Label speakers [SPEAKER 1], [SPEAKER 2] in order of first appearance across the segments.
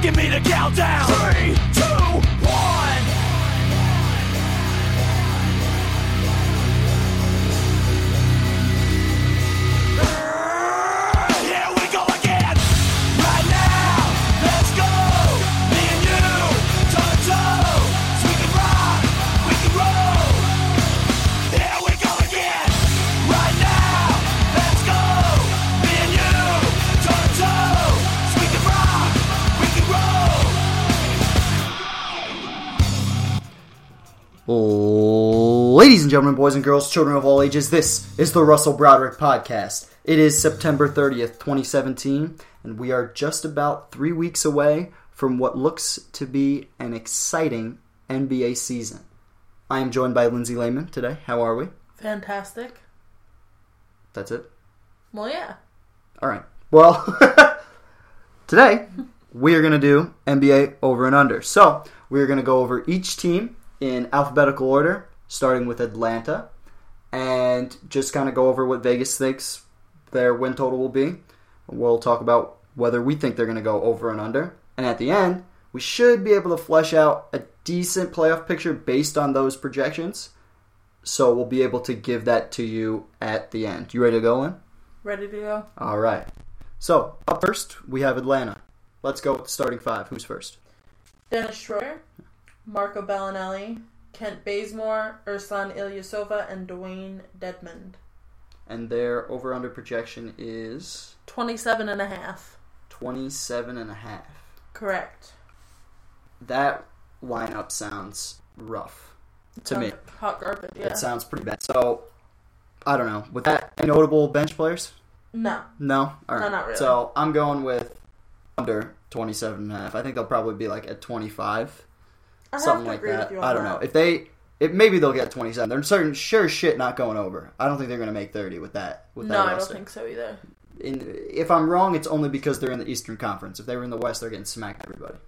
[SPEAKER 1] Give me the countdown. Three, two, one. Here we go again. Right now, let's go. Me and you, toe to toe. So we can rock, we can roll. Here we go again. Right now, let's go. Me and you, toe to toe. So we can rock, we can roll.
[SPEAKER 2] Ladies and gentlemen, boys and girls, children of all ages, this is the Russell Broderick Podcast. It is September 30th, 2017, and we are just about three weeks away from what looks to be an exciting NBA season. I am joined by Lindsay Lehman today. How are we?
[SPEAKER 3] Fantastic.
[SPEAKER 2] That's it.
[SPEAKER 3] Well, yeah.
[SPEAKER 2] All right. Well, today we are going to do NBA over and under. So we are going to go over each team in alphabetical order, starting with Atlanta, and just kind of go over what Vegas thinks their win total will be. We'll talk about whether we think they're going to go over and under. And at the end, we should be able to flesh out a decent playoff picture based on those projections. So we'll be able to give that to you at the end. You ready to go in?
[SPEAKER 3] Ready to go?
[SPEAKER 2] All right. So up first, we have Atlanta. Let's go with the starting five. Who's first?
[SPEAKER 3] Dennis Schroeder, Marco Bellinelli, Kent Bazemore, Urslan Ilyasova, and Dwayne Dedmond.
[SPEAKER 2] And their over/under projection is
[SPEAKER 3] 27 and a half.
[SPEAKER 2] 27 and a half.
[SPEAKER 3] Correct.
[SPEAKER 2] That lineup sounds rough to me. uh,
[SPEAKER 3] Hot- Hot carpet, yeah.
[SPEAKER 2] That sounds pretty bad. So I don't know. With that, any notable bench players?
[SPEAKER 3] no.
[SPEAKER 2] No. All right.
[SPEAKER 3] not really.
[SPEAKER 2] So I'm going with under 27 and a half. I think they'll probably be like at 25.
[SPEAKER 3] I
[SPEAKER 2] something
[SPEAKER 3] have to
[SPEAKER 2] like
[SPEAKER 3] agree
[SPEAKER 2] that.
[SPEAKER 3] with you on
[SPEAKER 2] I don't know
[SPEAKER 3] that.
[SPEAKER 2] if they. It, maybe they'll get 27. They're certain sure as shit not going over. I don't think they're going to make 30 with that. With
[SPEAKER 3] no,
[SPEAKER 2] that
[SPEAKER 3] I don't
[SPEAKER 2] roster.
[SPEAKER 3] think so either.
[SPEAKER 2] In, if I'm wrong, it's only because they're in the Eastern Conference. If they were in the West, they're getting smacked by everybody.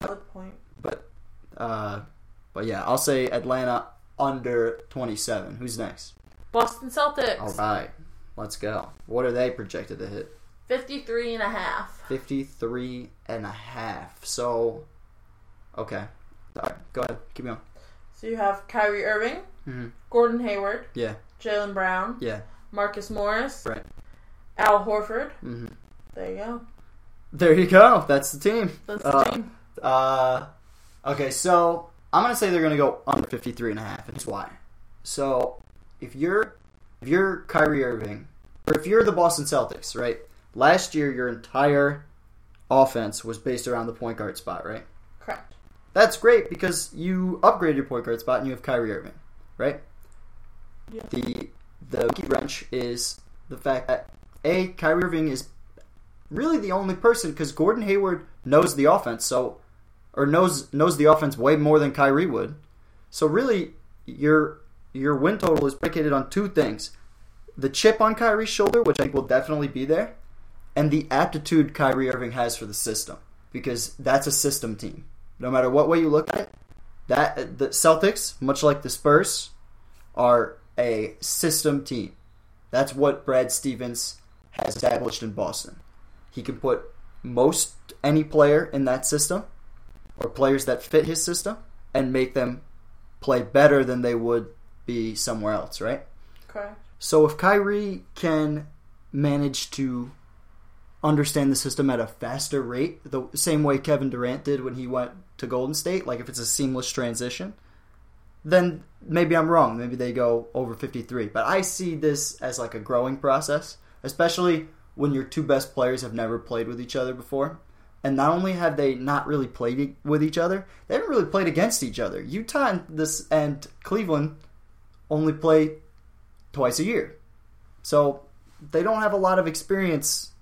[SPEAKER 3] Good point.
[SPEAKER 2] But, uh, but yeah, I'll say Atlanta under 27. Who's next?
[SPEAKER 3] Boston Celtics,
[SPEAKER 2] All right, let's go. What are they projected to hit?
[SPEAKER 3] 53 and a half.
[SPEAKER 2] 53 and a half. So, okay. All right, go ahead. Keep going.
[SPEAKER 3] So you have Kyrie Irving,
[SPEAKER 2] Mhm.
[SPEAKER 3] Gordon Hayward,
[SPEAKER 2] Yeah,
[SPEAKER 3] Jalen Brown,
[SPEAKER 2] yeah.
[SPEAKER 3] Marcus Morris,
[SPEAKER 2] Right.
[SPEAKER 3] Al Horford.
[SPEAKER 2] hmm
[SPEAKER 3] There you go.
[SPEAKER 2] There you go. That's the team.
[SPEAKER 3] That's
[SPEAKER 2] Uh,
[SPEAKER 3] the team.
[SPEAKER 2] Uh, okay, so I'm gonna say they're gonna go under 53 and a half, and here's why. So if you're if you're Kyrie Irving, or if you're the Boston Celtics, right? Last year, your entire offense was based around the point guard spot, right?
[SPEAKER 3] Correct.
[SPEAKER 2] That's great because you upgraded your point guard spot and you have Kyrie Irving, right?
[SPEAKER 3] Yeah.
[SPEAKER 2] The the monkey wrench is the fact that a Kyrie Irving is really the only person because Gordon Hayward knows the offense, so or knows knows the offense way more than Kyrie would. So really, your your win total is predicated on two things: the chip on Kyrie's shoulder, which I think will definitely be there, and the aptitude Kyrie Irving has for the system, because that's a system team. No matter what way you look at it, that the Celtics, much like the Spurs, are a system team. That's what Brad Stevens has established in Boston. He can put most any player in that system or players that fit his system and make them play better than they would be somewhere else, right?
[SPEAKER 3] Correct.
[SPEAKER 2] So if Kyrie can manage to understand the system at a faster rate, the same way Kevin Durant did when he went to Golden State, like if it's a seamless transition, then maybe I'm wrong. Maybe they go over 53. But I see this as like a growing process, especially when your two best players have never played with each other before. And not only have they not really played e- with each other, they haven't really played against each other. Utah and this and Cleveland only play twice a year. So they don't have a lot of experience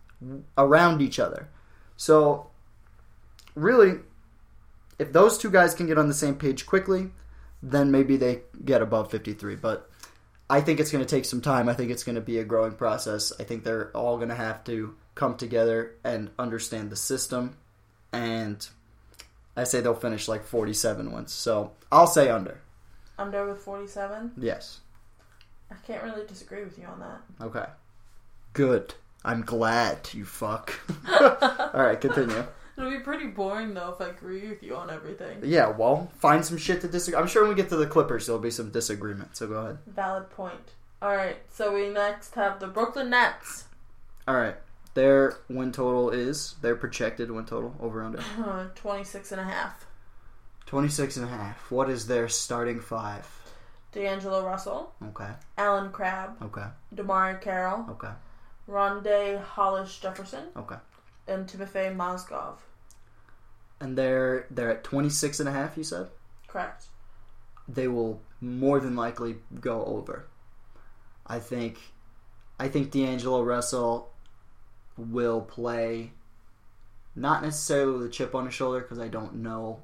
[SPEAKER 2] around each other. So really, if those two guys can get on the same page quickly, then maybe they get above 53. But I think it's going to take some time. I think it's going to be a growing process. I think they're all going to have to come together and understand the system. And I say they'll finish like 47 wins. So I'll say under.
[SPEAKER 3] Under with 47.
[SPEAKER 2] Yes.
[SPEAKER 3] I can't really disagree with you on that.
[SPEAKER 2] Okay. Good. I'm glad, you fuck. All right, continue.
[SPEAKER 3] It'll be pretty boring though if I agree with you on everything.
[SPEAKER 2] Yeah, well, find some shit to disagree. I'm sure when we get to the Clippers, there'll be some disagreement. So go ahead.
[SPEAKER 3] Valid point. All right, so we next have the Brooklyn Nets.
[SPEAKER 2] All right, their win total is their projected win total over under
[SPEAKER 3] Uh, 26 and a half.
[SPEAKER 2] 26 and a half. What is their starting five?
[SPEAKER 3] D'Angelo Russell,
[SPEAKER 2] Okay,
[SPEAKER 3] Alan Crabb,
[SPEAKER 2] okay,
[SPEAKER 3] Damari Carroll,
[SPEAKER 2] okay,
[SPEAKER 3] Rondé Hollis Jefferson,
[SPEAKER 2] okay.
[SPEAKER 3] and Timofey Mozgov.
[SPEAKER 2] And they're they're at 26 and a half. You said
[SPEAKER 3] Correct.
[SPEAKER 2] they will more than likely go over. I think, I think D'Angelo Russell will play. Not necessarily with a chip on his shoulder because I don't know.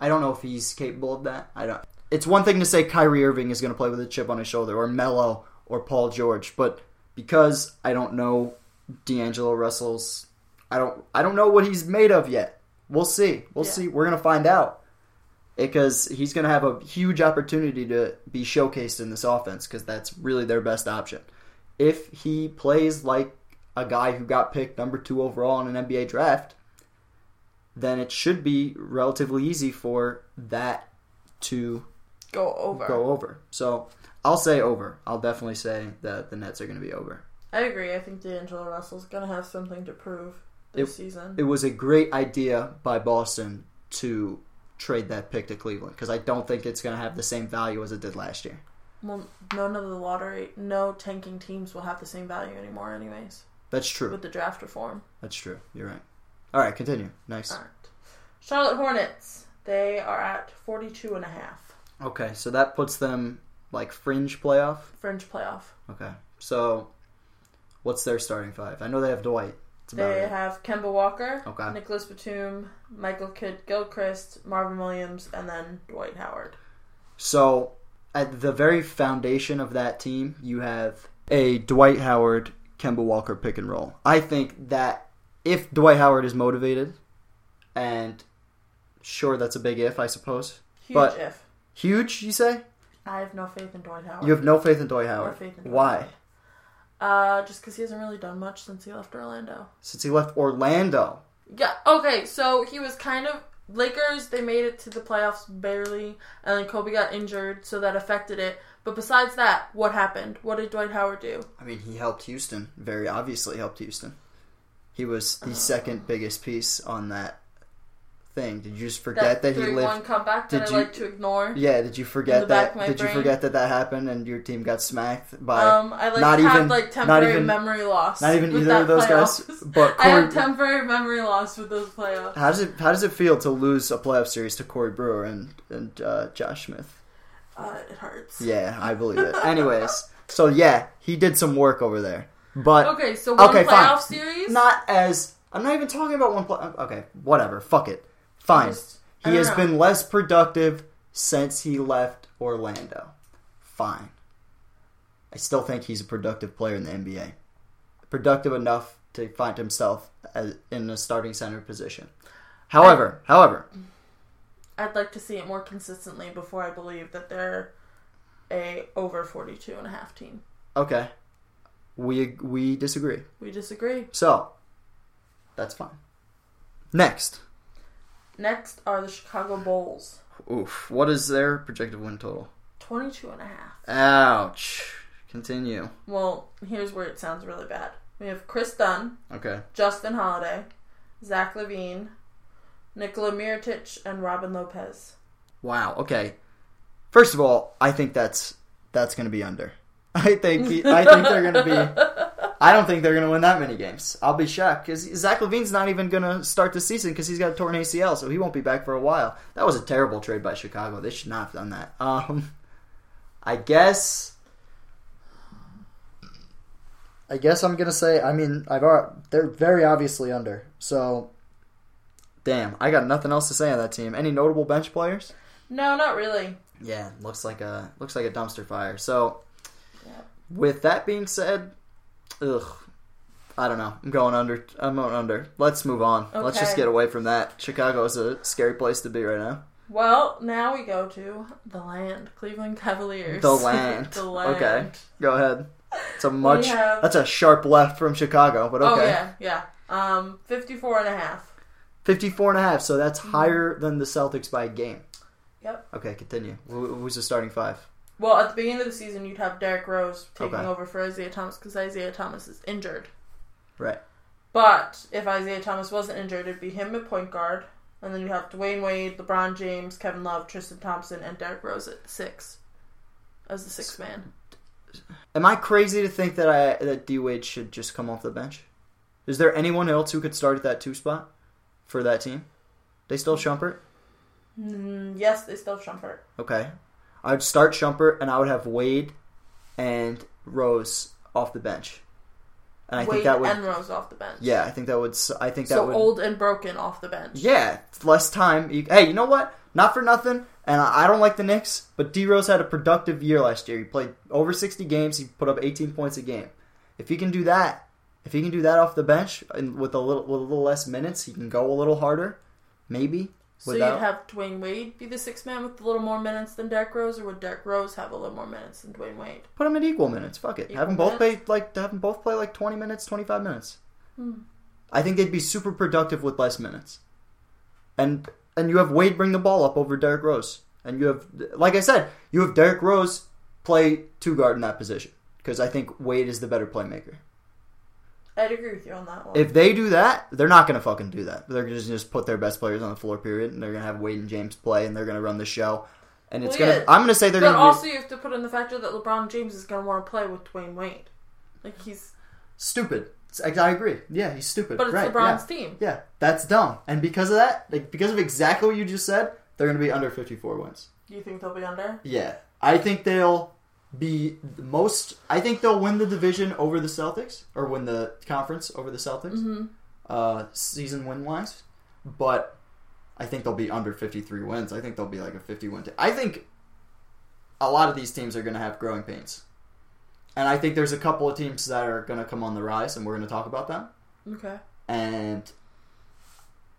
[SPEAKER 2] I don't know if he's capable of that. I don't. It's one thing to say Kyrie Irving is going to play with a chip on his shoulder, or Melo, or Paul George, but because I don't know D'Angelo Russell's, I don't. I don't know what he's made of yet. We'll see. We'll
[SPEAKER 3] Yeah.
[SPEAKER 2] see. We're going to find out because he's going to have a huge opportunity to be showcased in this offense because that's really their best option. If he plays like a guy who got picked number two overall in an NBA draft, then it should be relatively easy for that to
[SPEAKER 3] Go over.
[SPEAKER 2] go over. So I'll say over. I'll definitely say that the Nets are going to be over.
[SPEAKER 3] I agree. I think D'Angelo Russell's gonna have something to prove this
[SPEAKER 2] It-
[SPEAKER 3] season.
[SPEAKER 2] It was a great idea by Boston to trade that pick to Cleveland because I don't think it's going to have the same value as it did last year.
[SPEAKER 3] well, none of the lottery, no tanking teams will have the same value anymore, anyways,
[SPEAKER 2] That's true.
[SPEAKER 3] with the draft reform.
[SPEAKER 2] That's true. You're right. All right, continue. Nice.
[SPEAKER 3] Alright. Charlotte Hornets. They are at 42 and a half.
[SPEAKER 2] Okay, so that puts them like fringe playoff.
[SPEAKER 3] Fringe playoff.
[SPEAKER 2] Okay, so what's their starting five? I know they have Dwight. It's about
[SPEAKER 3] They
[SPEAKER 2] it.
[SPEAKER 3] have Kemba Walker,
[SPEAKER 2] Okay.
[SPEAKER 3] Nicholas Batum, Michael Kidd Gilchrist, Marvin Williams, and then Dwight Howard.
[SPEAKER 2] So at the very foundation of that team, you have a Dwight Howard, Kemba Walker pick and roll. I think that if Dwight Howard is motivated, and sure, that's a big if, I suppose.
[SPEAKER 3] Huge
[SPEAKER 2] But-
[SPEAKER 3] if.
[SPEAKER 2] Huge, you say?
[SPEAKER 3] I have no faith in Dwight Howard.
[SPEAKER 2] You have no faith in Dwight
[SPEAKER 3] no
[SPEAKER 2] Howard.
[SPEAKER 3] faith in Dwight
[SPEAKER 2] Why?
[SPEAKER 3] Howard. Uh, just because he hasn't really done much since he left Orlando.
[SPEAKER 2] Since he left Orlando.
[SPEAKER 3] Yeah. Okay. So he was kind of Lakers. They made it to the playoffs barely, and then Kobe got injured, so that affected it. But besides that, what happened? What did Dwight Howard do?
[SPEAKER 2] I mean, he helped Houston. Very obviously helped Houston. He was
[SPEAKER 3] Uh-huh.
[SPEAKER 2] the second biggest piece on that thing. Did you just forget that, he
[SPEAKER 3] one
[SPEAKER 2] lived?
[SPEAKER 3] comeback that
[SPEAKER 2] did
[SPEAKER 3] I
[SPEAKER 2] you-
[SPEAKER 3] like to ignore.
[SPEAKER 2] Yeah. Did you
[SPEAKER 3] in the
[SPEAKER 2] forget
[SPEAKER 3] back
[SPEAKER 2] that?
[SPEAKER 3] of my
[SPEAKER 2] Did
[SPEAKER 3] brain.
[SPEAKER 2] you forget that that happened and your team got smacked by?
[SPEAKER 3] Um, I like
[SPEAKER 2] Not
[SPEAKER 3] have
[SPEAKER 2] even-
[SPEAKER 3] like
[SPEAKER 2] not
[SPEAKER 3] temporary
[SPEAKER 2] even-
[SPEAKER 3] memory loss.
[SPEAKER 2] not even
[SPEAKER 3] with
[SPEAKER 2] either of
[SPEAKER 3] that
[SPEAKER 2] those guys,
[SPEAKER 3] playoffs.
[SPEAKER 2] but
[SPEAKER 3] I have
[SPEAKER 2] Corey-
[SPEAKER 3] temporary memory loss with those playoffs.
[SPEAKER 2] how does it How does it feel to lose a playoff series to Corey Brewer and and uh, Josh Smith?
[SPEAKER 3] Uh, it hurts.
[SPEAKER 2] Yeah, I believe it. Anyways, so yeah, he did some work over there, but
[SPEAKER 3] Okay, so one
[SPEAKER 2] Okay, fine.
[SPEAKER 3] playoff series.
[SPEAKER 2] not as I'm not even talking about one play. Okay, whatever. Fuck it. Fine.
[SPEAKER 3] Just- I
[SPEAKER 2] he
[SPEAKER 3] don't
[SPEAKER 2] has
[SPEAKER 3] know.
[SPEAKER 2] been less productive since he left Orlando. Fine. I still think he's a productive player in the NBA. Productive enough to find himself as, in a starting center position. However, however,
[SPEAKER 3] I'd like to see it more consistently before I believe that they're a over 42 and a half team.
[SPEAKER 2] okay, we we disagree.
[SPEAKER 3] We disagree.
[SPEAKER 2] So that's fine. Next,
[SPEAKER 3] Next are the Chicago Bulls.
[SPEAKER 2] oof. What is their projected win total?
[SPEAKER 3] 22 and a half.
[SPEAKER 2] Ouch. Continue.
[SPEAKER 3] Well, here's where it sounds really bad. We have Chris Dunn,
[SPEAKER 2] Okay.
[SPEAKER 3] Justin Holiday, Zach Levine, Nikola Mirotic, and Robin Lopez.
[SPEAKER 2] Wow. Okay. First of all, I think that's that's going to be under. I think he, I think they're going to be. I don't think they're going to win that many games. I'll be shocked because Zach Levine's not even going to start the season because he's got a torn ACL, so he won't be back for a while. That was a terrible trade by Chicago. They should not have done that. Um, I guess. I guess I'm gonna say. I mean, I've already, they're very obviously under. So, damn, I got nothing else to say on that team. Any notable bench players?
[SPEAKER 3] No, not really.
[SPEAKER 2] Yeah, looks like a looks like a dumpster fire. So,
[SPEAKER 3] Yep.
[SPEAKER 2] with that being said, ugh, I don't know. I'm going under. I'm going under. Let's move on. Let's just
[SPEAKER 3] Okay.
[SPEAKER 2] get away from that. Chicago is a scary place to be right now.
[SPEAKER 3] Well, now we go to the land, Cleveland Cavaliers.
[SPEAKER 2] The land.
[SPEAKER 3] the land.
[SPEAKER 2] Okay, go ahead. It's a much.
[SPEAKER 3] have-
[SPEAKER 2] That's a sharp left from Chicago, but
[SPEAKER 3] Oh
[SPEAKER 2] okay.
[SPEAKER 3] yeah, yeah. Um, 54 and a half.
[SPEAKER 2] 54 and a half, so that's
[SPEAKER 3] Mm-hmm.
[SPEAKER 2] higher than the Celtics by a game.
[SPEAKER 3] Yep.
[SPEAKER 2] Okay, continue. Who, who's the starting five?
[SPEAKER 3] Well, at the beginning of the season, you'd have Derrick Rose taking
[SPEAKER 2] Okay.
[SPEAKER 3] over for Isaiah Thomas because Isaiah Thomas is injured.
[SPEAKER 2] Right.
[SPEAKER 3] But if Isaiah Thomas wasn't injured, it'd be him at point guard, and then you have Dwayne Wade, LeBron James, Kevin Love, Tristan Thompson, and Derrick Rose at six as the sixth man.
[SPEAKER 2] Am I crazy to think that I that D Wade should just come off the bench? Is there anyone else who could start at that two spot for that team? They still Shumpert.
[SPEAKER 3] Mm, yes, they still have Shumpert.
[SPEAKER 2] Okay, I would start Shumpert and I would have Wade and Rose off the bench, and I think
[SPEAKER 3] Wade
[SPEAKER 2] that would
[SPEAKER 3] and Rose off the bench.
[SPEAKER 2] yeah, I think that would s- I think that
[SPEAKER 3] so
[SPEAKER 2] would
[SPEAKER 3] old and broken off the bench.
[SPEAKER 2] yeah less time. You- Hey, you know what? Not for nothing, and I I don't like the Knicks, but D Rose had a productive year last year. He played over sixty games. He put up eighteen points a game. If he can do that, if he can do that off the bench and with a little with a little less minutes, he can go a little harder, maybe.
[SPEAKER 3] So
[SPEAKER 2] without-
[SPEAKER 3] you'd have Dwayne Wade be the sixth man with a little more minutes than Derrick Rose, or would Derrick Rose have a little more minutes than Dwayne Wade?
[SPEAKER 2] Put them in equal minutes. Fuck it.
[SPEAKER 3] Equal
[SPEAKER 2] have them both
[SPEAKER 3] minutes? Hmm.
[SPEAKER 2] play like have them both play like twenty minutes, twenty five minutes. I think they'd be super productive with less minutes. And and you have Wade bring the ball up over Derrick Rose, and you have like I said, you have Derrick Rose play two guard in that position because I think Wade is the better playmaker.
[SPEAKER 3] I'd agree with you on that one.
[SPEAKER 2] If they do that, they're not gonna fucking do that. They're just just put their best players on the floor, period, and they're gonna have Wade and James play, and they're gonna run the show. And it's
[SPEAKER 3] Well,
[SPEAKER 2] gonna.
[SPEAKER 3] yeah.
[SPEAKER 2] I'm gonna say they're
[SPEAKER 3] but
[SPEAKER 2] gonna.
[SPEAKER 3] also, you have to put in the factor that LeBron James is going to want to play with Dwayne Wade. Like he's,
[SPEAKER 2] stupid. It's- I agree. Yeah, he's stupid.
[SPEAKER 3] but it's
[SPEAKER 2] right, yeah.
[SPEAKER 3] LeBron's team.
[SPEAKER 2] Yeah, that's dumb. And because of that, like because of exactly what you just said, they're going to be under 54 wins.
[SPEAKER 3] Do you think they'll be under?
[SPEAKER 2] Yeah. I think they'll be the most I think they'll win the division over the Celtics or win the conference over the Celtics. Uh season win wise, but I think they'll be under 53 wins. I think they'll be like a 51 te- I think a lot of these teams are going to have growing pains. And I think there's a couple of teams that are going to come on the rise and we're going to talk about them
[SPEAKER 3] Okay.
[SPEAKER 2] and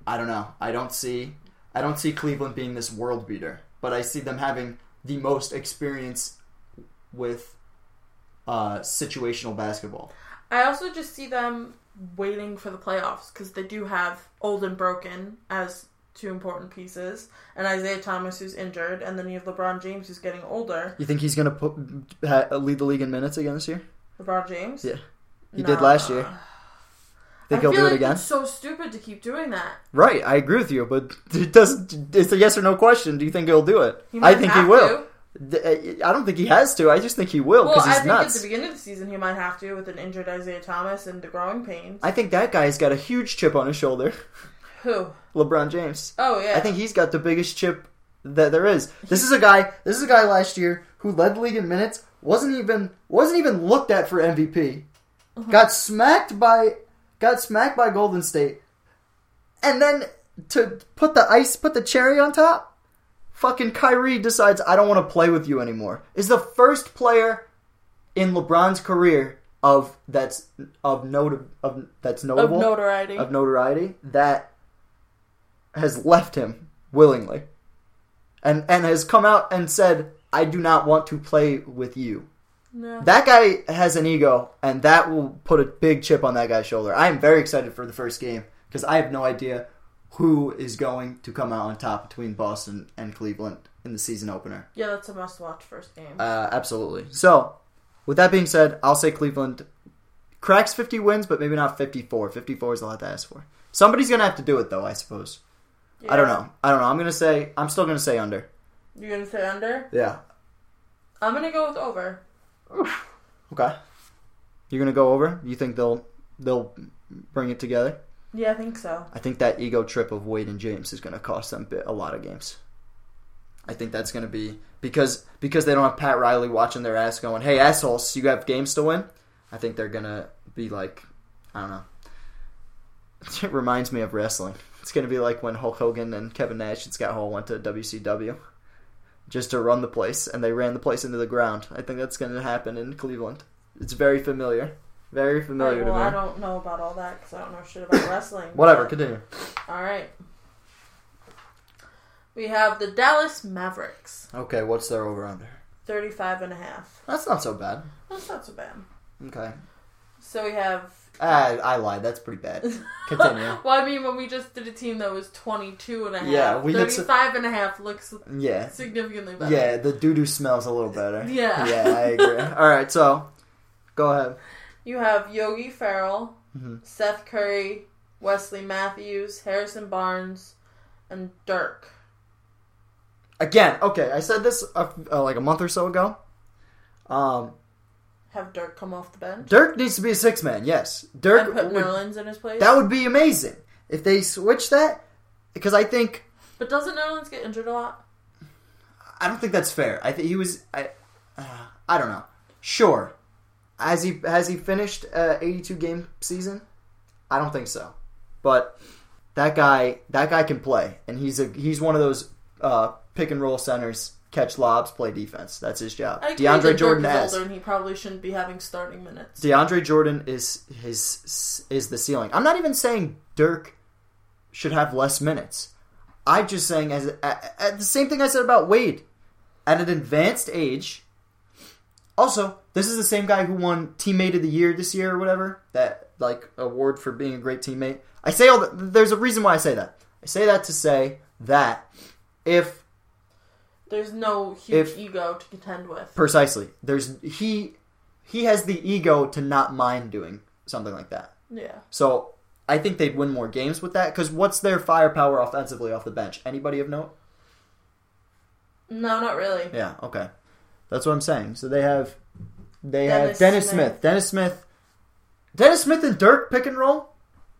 [SPEAKER 2] I don't know. I don't see I don't see Cleveland being this world beater, but I see them having the most experience with uh, situational basketball.
[SPEAKER 3] I also just see them waiting for the playoffs because they do have old and broken as two important pieces, and Isaiah Thomas who's injured, and then you have LeBron James who's getting older.
[SPEAKER 2] You think he's gonna put, ha, lead the league in minutes again this year?
[SPEAKER 3] LeBron James.
[SPEAKER 2] Yeah. He did last
[SPEAKER 3] Nah.
[SPEAKER 2] year.
[SPEAKER 3] I
[SPEAKER 2] Think
[SPEAKER 3] feel
[SPEAKER 2] he'll do
[SPEAKER 3] like
[SPEAKER 2] it again?
[SPEAKER 3] It's so stupid to keep doing that.
[SPEAKER 2] Right, I agree with you, but it doesn't. It's a yes or no question. Do you think he'll do it?
[SPEAKER 3] He
[SPEAKER 2] I
[SPEAKER 3] might
[SPEAKER 2] think he
[SPEAKER 3] have
[SPEAKER 2] will.
[SPEAKER 3] to.
[SPEAKER 2] D- uh, I don't think he has to. I just think he will
[SPEAKER 3] Well,
[SPEAKER 2] because
[SPEAKER 3] I
[SPEAKER 2] he's
[SPEAKER 3] think
[SPEAKER 2] nuts.
[SPEAKER 3] at the beginning of the season he might have to with an injured Isaiah Thomas and the growing pains.
[SPEAKER 2] I think that guy's got a huge chip on his shoulder,
[SPEAKER 3] Who?
[SPEAKER 2] LeBron James.
[SPEAKER 3] Oh yeah.
[SPEAKER 2] I think he's got the biggest chip that there is. This is a guy. This is a guy last year who led the league in minutes. wasn't even wasn't even looked at for MVP.
[SPEAKER 3] Uh-huh.
[SPEAKER 2] Got smacked by got smacked by Golden State, and then to put the ice, put the cherry on top. Fucking Kyrie decides I don't want to play with you anymore. Is the first player in LeBron's career of that's of note of that's
[SPEAKER 3] of
[SPEAKER 2] notable
[SPEAKER 3] notoriety.
[SPEAKER 2] of notoriety that has left him willingly and and has come out and said I do not want to play with you.
[SPEAKER 3] no.
[SPEAKER 2] That guy has an ego and that will put a big chip on that guy's shoulder. I am very excited for the first game cuz I have no idea who is going to come out on top between Boston and Cleveland in the season opener.
[SPEAKER 3] yeah, that's a must-watch first game.
[SPEAKER 2] Uh, absolutely. So, with that being said, I'll say Cleveland cracks 50 wins, but maybe not 54. 54 is a lot to ask for. Somebody's going to have to do it, though, I suppose. I don't
[SPEAKER 3] Yeah.
[SPEAKER 2] know. I don't know. I'm going to say, I'm still going to say under.
[SPEAKER 3] You gonna say under?
[SPEAKER 2] Yeah.
[SPEAKER 3] I'm gonna go with over.
[SPEAKER 2] Okay. You're going to go over? You think they'll they'll bring it together?
[SPEAKER 3] Yeah, I think so.
[SPEAKER 2] I think that ego trip of Wade and James is going to cost them bi- a lot of games. I think that's going to be because because they don't have Pat Riley watching their ass going, "Hey assholes, you have games to win." I think they're going to be like, I don't know. It reminds me of wrestling. It's going to be like when Hulk Hogan and Kevin Nash and Scott Hall went to WCW just to run the place and they ran the place into the ground. I think that's going to happen in Cleveland. It's very familiar. Very familiar
[SPEAKER 3] Alright, well, I
[SPEAKER 2] to me.
[SPEAKER 3] don't know about all that because I don't know shit about wrestling.
[SPEAKER 2] Whatever, continue.
[SPEAKER 3] All right. We have the Dallas Mavericks,
[SPEAKER 2] Okay, what's their over under?
[SPEAKER 3] 35 and a half.
[SPEAKER 2] That's not so bad.
[SPEAKER 3] That's not so bad.
[SPEAKER 2] Okay.
[SPEAKER 3] So we have
[SPEAKER 2] Ah, I lied. That's pretty bad. Continue.
[SPEAKER 3] well, I mean, when we just did a team that was 22 and a half,
[SPEAKER 2] Yeah, we did so-
[SPEAKER 3] 35 and a half looks
[SPEAKER 2] Yeah.
[SPEAKER 3] significantly better.
[SPEAKER 2] Yeah, the doo doo smells a little better.
[SPEAKER 3] Yeah.
[SPEAKER 2] Yeah, I agree. All right, so go ahead.
[SPEAKER 3] You have Yogi Farrell,
[SPEAKER 2] Mhm.
[SPEAKER 3] Seth Curry, Wesley Matthews, Harrison Barnes, and Dirk.
[SPEAKER 2] Again, okay, I said this uh, uh, like a month or so ago. Um,
[SPEAKER 3] Have Dirk come off the bench.
[SPEAKER 2] Dirk needs to be a six man, yes.
[SPEAKER 3] And
[SPEAKER 2] Dirk,
[SPEAKER 3] put
[SPEAKER 2] would-
[SPEAKER 3] Nerlens in his place.
[SPEAKER 2] that would be amazing if they switch that, because I think
[SPEAKER 3] but doesn't Nerlens get injured a lot?
[SPEAKER 2] I don't think that's fair. I think he was. I, uh, I don't know. Sure, has he has he finished uh, eighty two game season? I don't think so. But that guy that guy can play, and he's a he's one of those uh, pick and roll centers, catch lobs, play defense. That's his job.
[SPEAKER 3] I agree that
[SPEAKER 2] DeAndre
[SPEAKER 3] Dirk
[SPEAKER 2] Jordan
[SPEAKER 3] is
[SPEAKER 2] has
[SPEAKER 3] older and he probably shouldn't be having starting minutes.
[SPEAKER 2] DeAndre Jordan is his is the ceiling. I'm not even saying Dirk should have less minutes. I'm just saying as a- a- a- the same thing I said about Wade. At an advanced age, also this is the same guy who won Teammate of the Year this year or whatever that like award for being a great teammate. I say all the, there's a reason why I say that. I say that to say that if
[SPEAKER 3] There's no huge
[SPEAKER 2] If-
[SPEAKER 3] ego to contend with.
[SPEAKER 2] precisely there's he he has the ego to not mind doing something like that.
[SPEAKER 3] yeah.
[SPEAKER 2] So I think they'd win more games with that because what's their firepower offensively off the bench? Anybody of note?
[SPEAKER 3] No, not really.
[SPEAKER 2] Yeah, okay, that's what I'm saying. So they have they
[SPEAKER 3] Dennis
[SPEAKER 2] have Dennis
[SPEAKER 3] Smith.
[SPEAKER 2] Smith. Dennis Smith, Dennis Smith and Dirk pick and roll.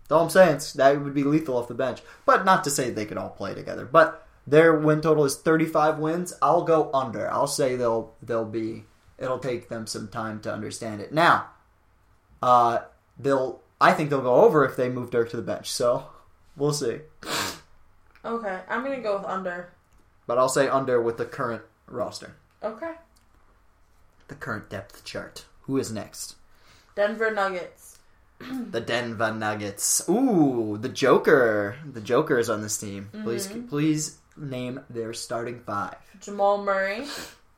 [SPEAKER 2] That's all I'm saying is that would be lethal off the bench, but not to say they could all play together. But their win total is 35 wins. I'll go under. I'll say they'll they'll be. It'll take them some time to understand it. Now, uh, they'll. I think they'll go over if they move Dirk to the bench. So we'll see.
[SPEAKER 3] Okay, I'm gonna go with under.
[SPEAKER 2] But I'll say under with the current roster,
[SPEAKER 3] Okay.
[SPEAKER 2] the current depth chart. Who is next?
[SPEAKER 3] Denver Nuggets.
[SPEAKER 2] The Denver Nuggets. Ooh, the Joker. The Joker is on this team. Please, please name their starting five.
[SPEAKER 3] Jamal Murray,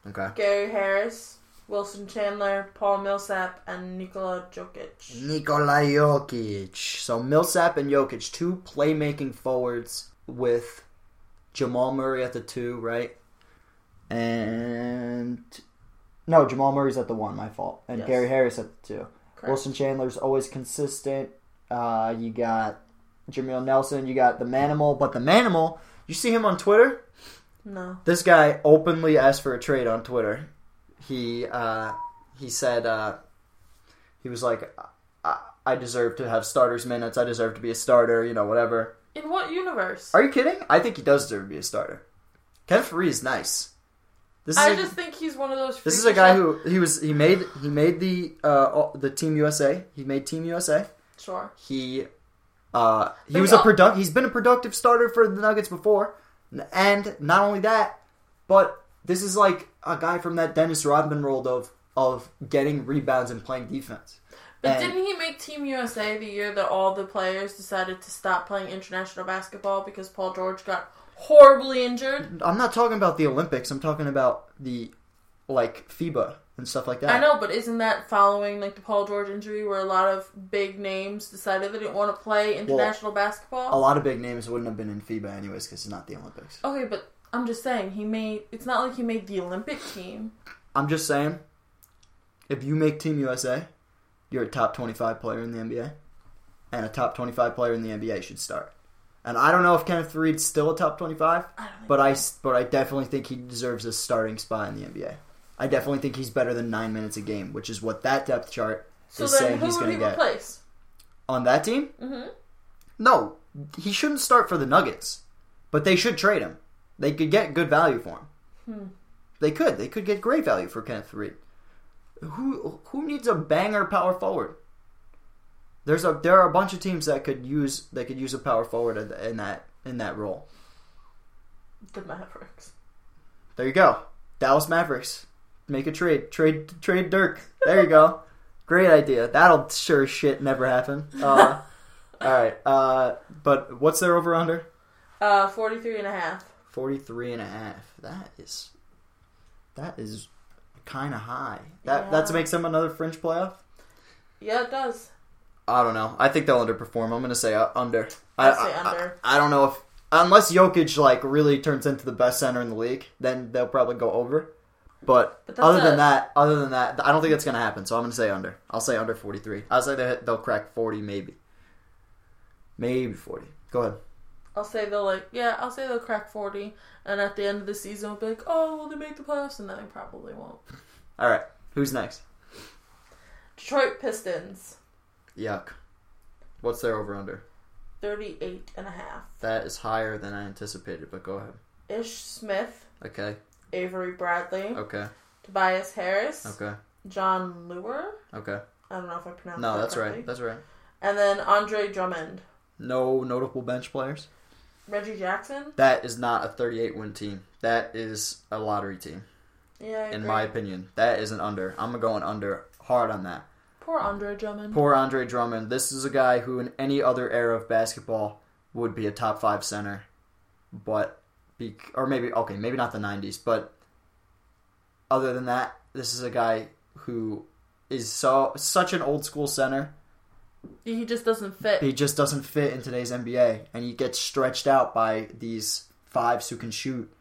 [SPEAKER 2] Okay.
[SPEAKER 3] Gary Harris, Wilson Chandler, Paul Millsap, and Nikola Jokic.
[SPEAKER 2] Nikola Jokic. So Millsap and Jokic, two playmaking forwards with Jamal Murray at the two, right? And no, Jamal Murray's at the one. My fault. And
[SPEAKER 3] Yes.
[SPEAKER 2] Gary Harris at the two.
[SPEAKER 3] Correct.
[SPEAKER 2] Wilson Chandler's always consistent. Uh, you got Jameel Nelson. You got the Manimal, but the Manimal. You see him on Twitter.
[SPEAKER 3] No.
[SPEAKER 2] This guy openly asked for a trade on Twitter. He uh, he said uh, he was like, I-, "I deserve to have starters minutes. I deserve to be a starter. You know, whatever."
[SPEAKER 3] In what universe?
[SPEAKER 2] Are you kidding? I think he does deserve to be a starter. Kenneth Faried is nice. This is
[SPEAKER 3] I
[SPEAKER 2] a,
[SPEAKER 3] just think he's one of those.
[SPEAKER 2] this is a
[SPEAKER 3] freaky
[SPEAKER 2] guy
[SPEAKER 3] shit-
[SPEAKER 2] who he was he made he made the uh, all- the Team USA. He made Team USA.
[SPEAKER 3] Sure.
[SPEAKER 2] He uh, he
[SPEAKER 3] But
[SPEAKER 2] was
[SPEAKER 3] he
[SPEAKER 2] a
[SPEAKER 3] al-
[SPEAKER 2] product. He's been a productive starter for the Nuggets before, and not only that, but this is like a guy from that Dennis Rodman role of of getting rebounds and playing defense.
[SPEAKER 3] But
[SPEAKER 2] And-
[SPEAKER 3] didn't he make Team USA the year that all the players decided to stop playing international basketball because Paul George got horribly injured?
[SPEAKER 2] I'm not talking about the Olympics. I'm talking about the like FIBA and stuff like that.
[SPEAKER 3] I know, but isn't that following like the Paul George injury where a lot of big names decided they didn't want to play international
[SPEAKER 2] A
[SPEAKER 3] basketball?
[SPEAKER 2] lot of big names wouldn't have been in FIBA anyways because it's not the Olympics.
[SPEAKER 3] Okay, but I'm just saying he made. It's not like he made the Olympic team.
[SPEAKER 2] I'm just saying, if you make Team USA, you're a top 25 player in the NBA, and a top 25 player in the NBA should start. And I don't know if Kenneth Reed's still a top 25,
[SPEAKER 3] I don't think
[SPEAKER 2] but I s- but I definitely think he deserves a starting spot in the NBA. I definitely think he's better than nine minutes a game, which is what that depth chart
[SPEAKER 3] so.
[SPEAKER 2] is
[SPEAKER 3] Then
[SPEAKER 2] saying
[SPEAKER 3] who
[SPEAKER 2] he's
[SPEAKER 3] would
[SPEAKER 2] going
[SPEAKER 3] he
[SPEAKER 2] to get
[SPEAKER 3] replace?
[SPEAKER 2] on that team.
[SPEAKER 3] Mhm.
[SPEAKER 2] No, he shouldn't start for the Nuggets, but they should trade him. They could get good value for him. They could. They could get great value for Kenneth Reed. Who who needs a banger power forward? There's a there are a bunch of teams that could use that could use a power forward in- in that in that role.
[SPEAKER 3] The Mavericks.
[SPEAKER 2] There you go. Dallas Mavericks. Make a trade. Trade trade Dirk. There you go. Great idea. That'll sure as shit never happen. Uh, all right. Uh, but what's their over under?
[SPEAKER 3] Uh, 43 and a half.
[SPEAKER 2] 43 and a half. That is that is kind of high. That that
[SPEAKER 3] Yeah.
[SPEAKER 2] makes them another fringe playoff.
[SPEAKER 3] Yeah, it does.
[SPEAKER 2] I don't know. I think they'll underperform. I'm going to say uh, under.
[SPEAKER 3] I'd say under.
[SPEAKER 2] I, I don't know if unless Jokic like really turns into the best center in the league, then they'll probably go over. But,
[SPEAKER 3] But that's
[SPEAKER 2] other than
[SPEAKER 3] a-
[SPEAKER 2] that, other than that, I don't think that's going to happen. So I'm going to say under. I'll say under 43. I'll say they- they'll crack 40 maybe. Maybe 40. Go ahead.
[SPEAKER 3] I'll say they'll like, yeah, I'll say they'll crack 40, and at the end of the season, I'll be like, oh, will they make the playoffs? And then they probably won't.
[SPEAKER 2] All right. Who's next?
[SPEAKER 3] Detroit Pistons,
[SPEAKER 2] Yuck. What's their over under?
[SPEAKER 3] 38 and a half.
[SPEAKER 2] That is higher than I anticipated, but go ahead.
[SPEAKER 3] Ish Smith,
[SPEAKER 2] Okay.
[SPEAKER 3] Avery Bradley,
[SPEAKER 2] Okay.
[SPEAKER 3] Tobias Harris,
[SPEAKER 2] Okay.
[SPEAKER 3] John Luer.
[SPEAKER 2] Okay.
[SPEAKER 3] I don't know if I pronounced
[SPEAKER 2] No,
[SPEAKER 3] that
[SPEAKER 2] that's
[SPEAKER 3] correctly.
[SPEAKER 2] right. That's right.
[SPEAKER 3] And then Andre Drummond,
[SPEAKER 2] No notable bench players.
[SPEAKER 3] Reggie Jackson.
[SPEAKER 2] That is not a 38 win team. That is a lottery team,
[SPEAKER 3] Yeah, I
[SPEAKER 2] in
[SPEAKER 3] agree.
[SPEAKER 2] my opinion. That is an under. I'm going under hard on that.
[SPEAKER 3] poor Andre Drummond.
[SPEAKER 2] Poor Andre Drummond. This is a guy who, in any other era of basketball, would be a top five center, but be or maybe okay, maybe not the '90s, but other than that, this is a guy who is so such an old school center.
[SPEAKER 3] he just doesn't fit.
[SPEAKER 2] He just doesn't fit in today's NBA, and he gets stretched out by these fives who can shoot,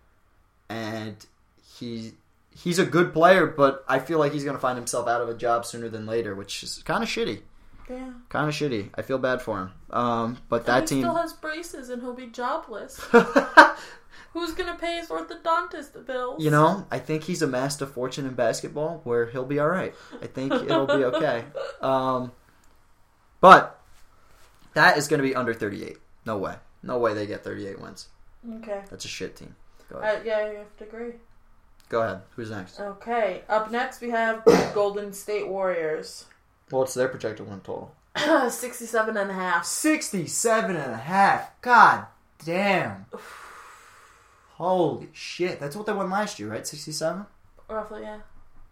[SPEAKER 2] and he. He's a good player, but I feel like he's going to find himself out of a job sooner than later, which is kind of shitty
[SPEAKER 3] yeah.
[SPEAKER 2] kind of shitty. I feel bad for him. Um, but
[SPEAKER 3] And
[SPEAKER 2] that
[SPEAKER 3] he
[SPEAKER 2] team,
[SPEAKER 3] still has braces and he'll be jobless. Who's gonna pay his orthodontist bills?
[SPEAKER 2] you know, I think he's amassed a fortune in basketball where he'll be all right. I think it'll be okay. Um, but that is going to be under 38. No way. No way they get 38 wins.
[SPEAKER 3] Okay.
[SPEAKER 2] That's a shit team. Go ahead.
[SPEAKER 3] Uh, yeah, you have to agree.
[SPEAKER 2] Go ahead. Who's next?
[SPEAKER 3] Okay. Up next, we have Golden State Warriors.
[SPEAKER 2] Well, it's their projected win total?
[SPEAKER 3] 67 and a half.
[SPEAKER 2] 67 and a half. God damn. Holy shit. That's what they won last year, right? 67?
[SPEAKER 3] Roughly, yeah.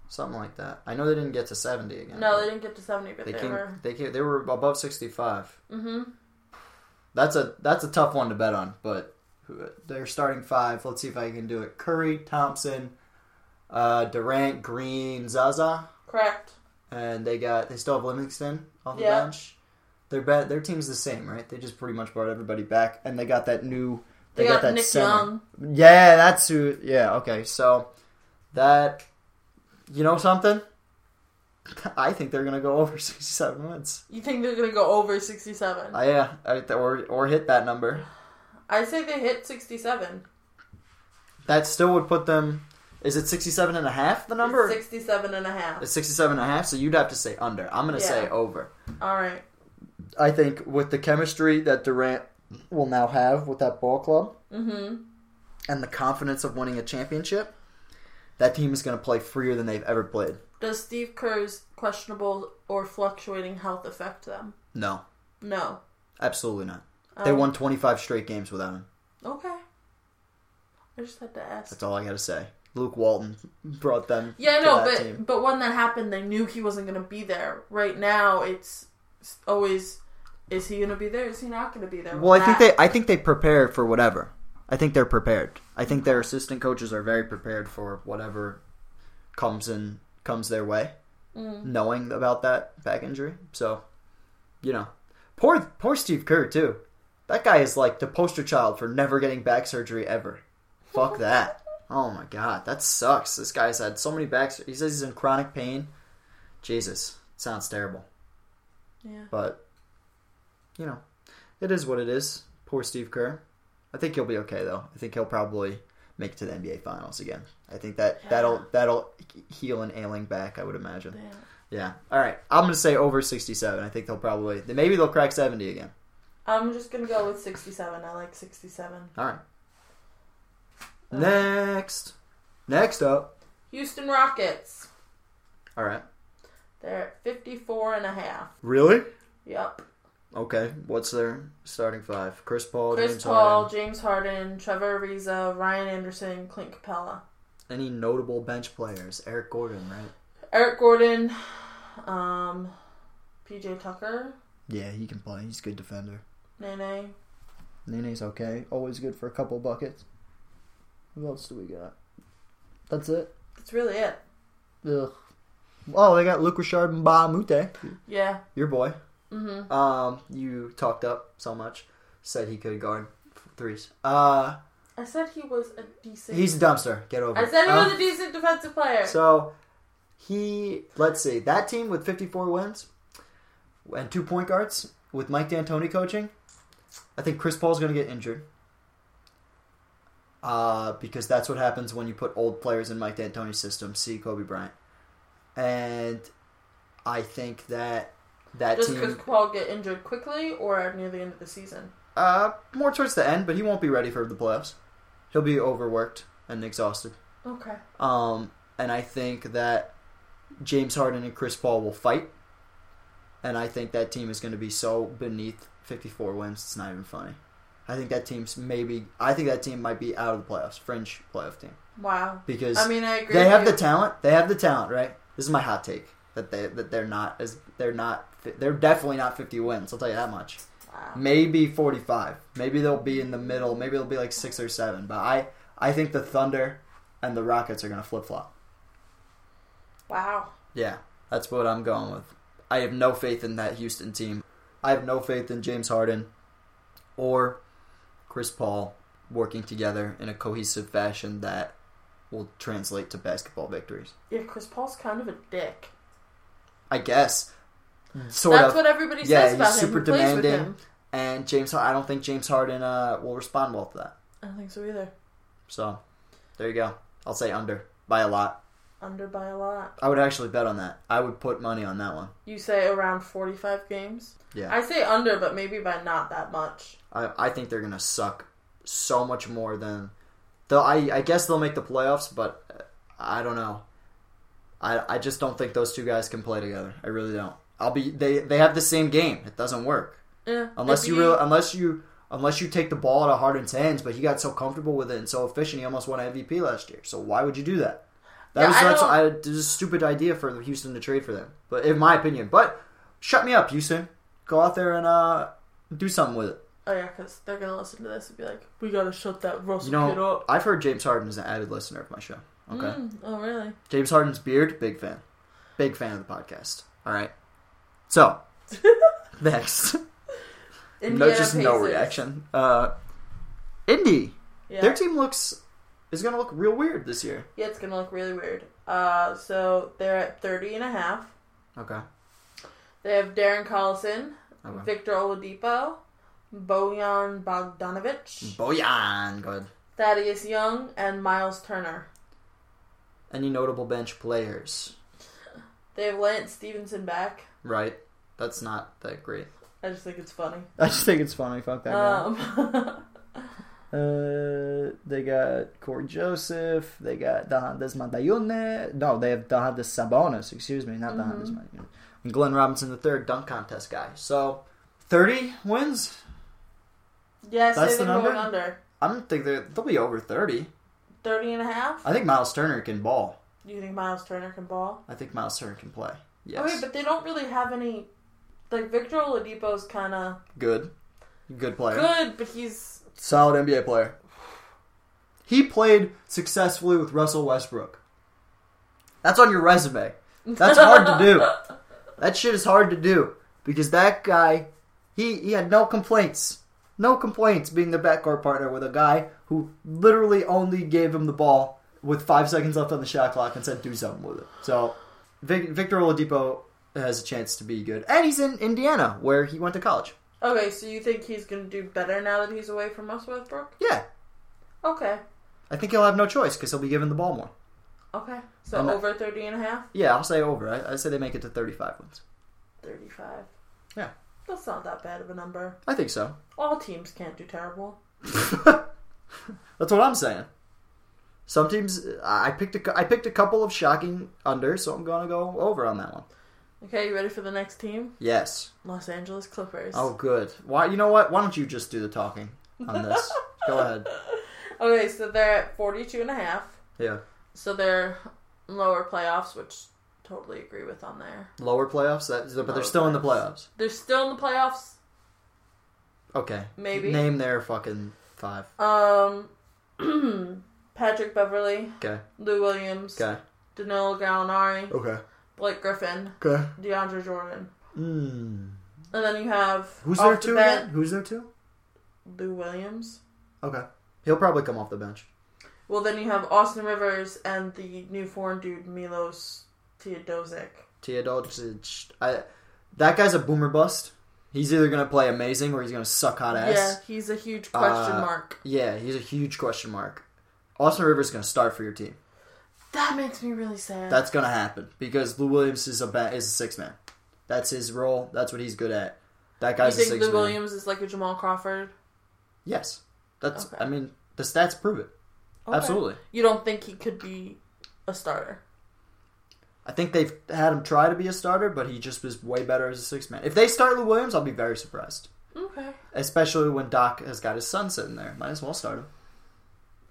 [SPEAKER 2] Something like that. I know they didn't get to 70 again.
[SPEAKER 3] No, they didn't get to 70, but
[SPEAKER 2] They
[SPEAKER 3] they,
[SPEAKER 2] came.
[SPEAKER 3] were.
[SPEAKER 2] They came. They were above sixty five.
[SPEAKER 3] hmm
[SPEAKER 2] That's a that's a tough one to bet on. But they're starting five. Let's see if I can do it. Curry, Thompson, uh, Durant, Green, Zaza,
[SPEAKER 3] Correct.
[SPEAKER 2] and they got they still have Livingston off the
[SPEAKER 3] Yeah.
[SPEAKER 2] bench. Their bet their team's the same, right? They just pretty much brought everybody back, and they got that new.
[SPEAKER 3] They, got,
[SPEAKER 2] that
[SPEAKER 3] Nick
[SPEAKER 2] center.
[SPEAKER 3] Young.
[SPEAKER 2] Yeah, that's who. Yeah, okay. So that you know something. I think they're gonna go over sixty-seven wins.
[SPEAKER 3] You think they're gonna go over 67?
[SPEAKER 2] Uh, yeah, I- or or hit that number.
[SPEAKER 3] I say they hit 67.
[SPEAKER 2] That still would put them. Is it 67 and a half, the number?
[SPEAKER 3] It's 67 and a half.
[SPEAKER 2] It's 67 and a half, so you'd have to say under. I'm going to say
[SPEAKER 3] Yeah.
[SPEAKER 2] over.
[SPEAKER 3] All right.
[SPEAKER 2] I think with the chemistry that Durant will now have with that ball club
[SPEAKER 3] Mm-hmm.
[SPEAKER 2] and the confidence of winning a championship, that team is going to play freer than they've ever played.
[SPEAKER 3] Does Steve Kerr's questionable or fluctuating health affect them?
[SPEAKER 2] No,
[SPEAKER 3] No.
[SPEAKER 2] absolutely not. they
[SPEAKER 3] Um,
[SPEAKER 2] won 25 straight games without him.
[SPEAKER 3] Okay. I just had to ask.
[SPEAKER 2] That's all I got to say. Luke Walton brought them
[SPEAKER 3] Yeah, I
[SPEAKER 2] to
[SPEAKER 3] know,
[SPEAKER 2] that
[SPEAKER 3] but
[SPEAKER 2] team.
[SPEAKER 3] but when that happened, they knew he wasn't going to be there. Right now, it's always is he going to be there? Is he not going to be there?
[SPEAKER 2] Well, I think
[SPEAKER 3] that-
[SPEAKER 2] they I think they prepared for whatever. I think they're prepared. I think their assistant coaches are very prepared for whatever comes in comes their way, knowing about that back injury. So, you know, poor poor Steve Kerr too. That guy is like the poster child for never getting back surgery ever. Fuck that. Oh my god, that sucks. This guy's had so many back. sur- He says he's in chronic pain. Jesus, sounds terrible
[SPEAKER 3] Yeah.
[SPEAKER 2] but you know, it is what it is. Poor Steve Kerr. I think he'll be okay though. I think he'll probably make it to the NBA Finals again. I think that that'll that'll heal an ailing back. I would imagine.
[SPEAKER 3] Yeah.
[SPEAKER 2] Yeah. All right. I'm gonna say over 67. I think they'll probably maybe they'll crack 70 again.
[SPEAKER 3] I'm just going to go with 67. I like 67.
[SPEAKER 2] All right.
[SPEAKER 3] Uh.
[SPEAKER 2] Next. Next up.
[SPEAKER 3] Houston Rockets.
[SPEAKER 2] All right.
[SPEAKER 3] They're at 54 and a half.
[SPEAKER 2] Really?
[SPEAKER 3] Yep.
[SPEAKER 2] Okay. What's their starting five? Chris Paul,
[SPEAKER 3] Chris
[SPEAKER 2] James
[SPEAKER 3] Paul,
[SPEAKER 2] Harden.
[SPEAKER 3] James Harden, Trevor Ariza, Ryan Anderson, Clint Capella.
[SPEAKER 2] Any notable bench players? Eric Gordon, right?
[SPEAKER 3] Eric Gordon, um, PJ Tucker,
[SPEAKER 2] Yeah, he can play. He's a good defender.
[SPEAKER 3] Nene.
[SPEAKER 2] Nene's okay. Always good for a couple buckets. Who else do we got? That's it.
[SPEAKER 3] That's really it.
[SPEAKER 2] Ugh. Oh, they got Luke Richard and Ba Mute.
[SPEAKER 3] Yeah.
[SPEAKER 2] Your boy. Mm-hmm. Um, you talked up so much, said he could guard threes. Uh,
[SPEAKER 3] I said he was a decent.
[SPEAKER 2] he's a dumpster. Get over.
[SPEAKER 3] I
[SPEAKER 2] it.
[SPEAKER 3] said he was
[SPEAKER 2] Um,
[SPEAKER 3] a decent defensive player.
[SPEAKER 2] So he let's see that team with 54 wins and two point guards with Mike D'Antoni coaching. I think Chris Paul's going to get injured. Uh, because that's what happens when you put old players in Mike D'Antoni's system. See Kobe Bryant, and I think that that
[SPEAKER 3] Does Chris
[SPEAKER 2] team
[SPEAKER 3] Paul get injured quickly or near the end of the season?
[SPEAKER 2] uh, more towards the end, but he won't be ready for the playoffs. He'll be overworked and exhausted.
[SPEAKER 3] Okay.
[SPEAKER 2] Um, and I think that James Harden and Chris Paul will fight. And I think that team is going to be so beneath 54 wins. It's not even funny. I think that team's maybe. I think that team might be out of the playoffs, fringe playoff team,
[SPEAKER 3] Wow.
[SPEAKER 2] because
[SPEAKER 3] I mean, I agree.
[SPEAKER 2] they
[SPEAKER 3] with
[SPEAKER 2] have
[SPEAKER 3] you.
[SPEAKER 2] the talent. They have the talent, right? This is my hot take that they that they're not as they're not fi- they're definitely not 50 wins. I'll tell you that much.
[SPEAKER 3] Wow.
[SPEAKER 2] Maybe 45. Maybe they'll be in the middle. Maybe they'll be like six or seven. But I I think the Thunder and the Rockets are going to flip flop.
[SPEAKER 3] Wow.
[SPEAKER 2] Yeah, that's what I'm going with. I have no faith in that Houston team. I have no faith in James Harden or Chris Paul working together in a cohesive fashion that will translate to basketball victories.
[SPEAKER 3] Yeah, Chris Paul's kind of a dick.
[SPEAKER 2] I guess. Sort
[SPEAKER 3] That's
[SPEAKER 2] of.
[SPEAKER 3] what everybody
[SPEAKER 2] yeah,
[SPEAKER 3] says
[SPEAKER 2] he's
[SPEAKER 3] about him.
[SPEAKER 2] super
[SPEAKER 3] Who plays with
[SPEAKER 2] demanding.
[SPEAKER 3] him?
[SPEAKER 2] and James, Har- I don't think James Harden uh, will respond well to that.
[SPEAKER 3] I don't think so either.
[SPEAKER 2] So, there you go. I'll say under by a lot.
[SPEAKER 3] Under by a lot.
[SPEAKER 2] I would actually bet on that. I would put money on that one.
[SPEAKER 3] You say around 45 games?
[SPEAKER 2] Yeah.
[SPEAKER 3] I say under, but maybe by not that much.
[SPEAKER 2] I, I think they're gonna suck so much more than though I, I guess they'll make the playoffs but uh, I don't know I, I just don't think those two guys can play together I really don't I'll be they they have the same game it doesn't work
[SPEAKER 3] Yeah,
[SPEAKER 2] unless
[SPEAKER 3] it'd
[SPEAKER 2] you
[SPEAKER 3] be-
[SPEAKER 2] real unless you unless you take the ball out of Harden's hands but he got so comfortable with it and so efficient he almost won MVP last year so why would you do that that
[SPEAKER 3] Yeah,
[SPEAKER 2] was
[SPEAKER 3] I
[SPEAKER 2] that's
[SPEAKER 3] don't-
[SPEAKER 2] I, this is a stupid idea for Houston to trade for them but in my opinion but shut me up Houston go out there and uh do something with it
[SPEAKER 3] Oh yeah, because they're gonna listen to this and be like, "We gotta shut that Russell
[SPEAKER 2] You
[SPEAKER 3] kid
[SPEAKER 2] know,
[SPEAKER 3] up."
[SPEAKER 2] I've heard James Harden is an avid listener of my show. Okay.
[SPEAKER 3] Mm, oh really?
[SPEAKER 2] James Harden's beard, big fan. Big fan of the podcast. All right. So, next. no,
[SPEAKER 3] Indiana
[SPEAKER 2] just no
[SPEAKER 3] Pacers.
[SPEAKER 2] reaction. Uh, Indy.
[SPEAKER 3] Yeah.
[SPEAKER 2] Their team looks, is going to look real weird this year.
[SPEAKER 3] yeah, it's gonna look really weird. Uh, so they're at 30 and a half.
[SPEAKER 2] Okay.
[SPEAKER 3] They have Darren Collison,
[SPEAKER 2] Okay.
[SPEAKER 3] Victor Oladipo, Bojan Bogdanovic,
[SPEAKER 2] Boyan. Good.
[SPEAKER 3] Thaddeus Young, and Miles Turner.
[SPEAKER 2] Any notable bench players?
[SPEAKER 3] They have Lance Stevenson back.
[SPEAKER 2] Right. That's not that great.
[SPEAKER 3] I just think it's funny.
[SPEAKER 2] I just think it's funny. Fuck that
[SPEAKER 3] Um,
[SPEAKER 2] Uh, they got Corey Joseph. They got Dahandes Mandayune. No, they have Dahandes Sabonis. Excuse me, not
[SPEAKER 3] Mm-hmm.
[SPEAKER 2] Dahandes Mandayune. And Glenn Robinson the third dunk contest guy. So, thirty wins.
[SPEAKER 3] yes,
[SPEAKER 2] That's
[SPEAKER 3] they've been
[SPEAKER 2] the number?
[SPEAKER 3] going under
[SPEAKER 2] I don't think they're, they'll be over thirty.
[SPEAKER 3] 30 and a half.
[SPEAKER 2] I think Miles Turner can ball.
[SPEAKER 3] Do you think Miles Turner can ball?
[SPEAKER 2] I think Miles Turner can play. Yes,
[SPEAKER 3] Okay, Oh, but they don't really have any. Like Victor Oladipo's kind of
[SPEAKER 2] good, good player,
[SPEAKER 3] good, but he's
[SPEAKER 2] solid NBA player. He played successfully with Russell Westbrook. That's on your resume. That's hard to do. That shit is hard to do because that guy, he he had no complaints, no complaints being the backcourt partner with a guy who literally only gave him the ball with five seconds left on the shot clock and said do something with it. So Vic, Victor Oladipo has a chance to be good, and he's in Indiana where he went to college.
[SPEAKER 3] okay. So you think he's gonna do better now that he's away from Russell Westbrook?
[SPEAKER 2] Yeah,
[SPEAKER 3] Okay,
[SPEAKER 2] I think he'll have no choice because he'll be given the ball more.
[SPEAKER 3] okay. So
[SPEAKER 2] I'm not-
[SPEAKER 3] over 30 and a half,
[SPEAKER 2] Yeah, I'll say over. I, I say they make it to thirty-five wins.
[SPEAKER 3] 35.
[SPEAKER 2] Yeah.
[SPEAKER 3] that's not that bad of a number.
[SPEAKER 2] I think so.
[SPEAKER 3] All teams can't do terrible.
[SPEAKER 2] That's what I'm saying. Some teams, I picked a, cou- I picked a couple of shocking under, so I'm gonna go over on that one.
[SPEAKER 3] Okay, you ready for the next team?
[SPEAKER 2] Yes.
[SPEAKER 3] Los Angeles Clippers.
[SPEAKER 2] Oh, good. Why? You know what? Why don't you just do the talking on this? go ahead.
[SPEAKER 3] Okay, so they're at 42 and a half.
[SPEAKER 2] Yeah.
[SPEAKER 3] So they're lower playoffs, which totally agree with on there.
[SPEAKER 2] Lower playoffs. That, but
[SPEAKER 3] Lower
[SPEAKER 2] they're still in the playoffs.
[SPEAKER 3] They're still in the playoffs.
[SPEAKER 2] Okay.
[SPEAKER 3] Maybe.
[SPEAKER 2] Name their fucking five.
[SPEAKER 3] Um, Patrick Beverly,
[SPEAKER 2] Okay.
[SPEAKER 3] Lou Williams,
[SPEAKER 2] Okay.
[SPEAKER 3] Danilo Gallinari,
[SPEAKER 2] Okay.
[SPEAKER 3] Blake Griffin,
[SPEAKER 2] Okay.
[SPEAKER 3] DeAndre Jordan.
[SPEAKER 2] Mm.
[SPEAKER 3] And then you have
[SPEAKER 2] Who's
[SPEAKER 3] off
[SPEAKER 2] there
[SPEAKER 3] the
[SPEAKER 2] two
[SPEAKER 3] bat,
[SPEAKER 2] again? Who's there two?
[SPEAKER 3] Lou Williams.
[SPEAKER 2] Okay, he'll probably come off the bench.
[SPEAKER 3] Well, then you have Austin Rivers and the new foreign dude Milos Teodosic.
[SPEAKER 2] Teodosic, I that guy's a boomer bust. He's either gonna play amazing or he's gonna suck hot ass.
[SPEAKER 3] Yeah, he's a huge question
[SPEAKER 2] Uh,
[SPEAKER 3] mark.
[SPEAKER 2] Yeah, he's a huge question mark. Austin Rivers is going to start for your team.
[SPEAKER 3] That makes me really sad.
[SPEAKER 2] That's going to happen because Lou Williams is a ba- is a six man. That's his role. That's what he's good at. That
[SPEAKER 3] you
[SPEAKER 2] guy's a
[SPEAKER 3] think
[SPEAKER 2] six
[SPEAKER 3] Lou
[SPEAKER 2] man.
[SPEAKER 3] Williams is like a Jamal Crawford?
[SPEAKER 2] Yes, that's.
[SPEAKER 3] Okay.
[SPEAKER 2] I mean, the stats prove it.
[SPEAKER 3] Okay.
[SPEAKER 2] Absolutely.
[SPEAKER 3] You don't think he could be a starter?
[SPEAKER 2] I think they've had him try to be a starter, but he just was way better as a six man. If they start Lou Williams, I'll be very surprised.
[SPEAKER 3] Okay,
[SPEAKER 2] Especially when Doc has got his son sitting there. Might as well start him.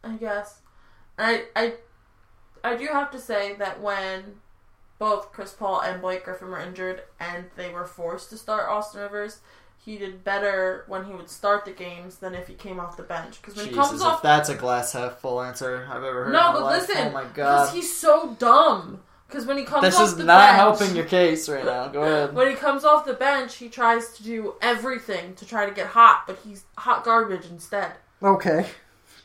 [SPEAKER 3] I guess. I I I do have to say that when both Chris Paul and Blake Griffin were injured and they were forced to start Austin Rivers. He did better when he would start the games than if he came off the bench. Because when he comes
[SPEAKER 2] Jesus,
[SPEAKER 3] off
[SPEAKER 2] if that's a glass half full answer I've ever heard. in
[SPEAKER 3] No,
[SPEAKER 2] my
[SPEAKER 3] but
[SPEAKER 2] life.
[SPEAKER 3] listen,
[SPEAKER 2] oh my
[SPEAKER 3] because
[SPEAKER 2] god,
[SPEAKER 3] he's so dumb. Because when he comes
[SPEAKER 2] this
[SPEAKER 3] off
[SPEAKER 2] is
[SPEAKER 3] the
[SPEAKER 2] not
[SPEAKER 3] bench,
[SPEAKER 2] helping your case right now. Go ahead.
[SPEAKER 3] When he comes off the bench, he tries to do everything to try to get hot, but he's hot garbage instead.
[SPEAKER 2] Okay.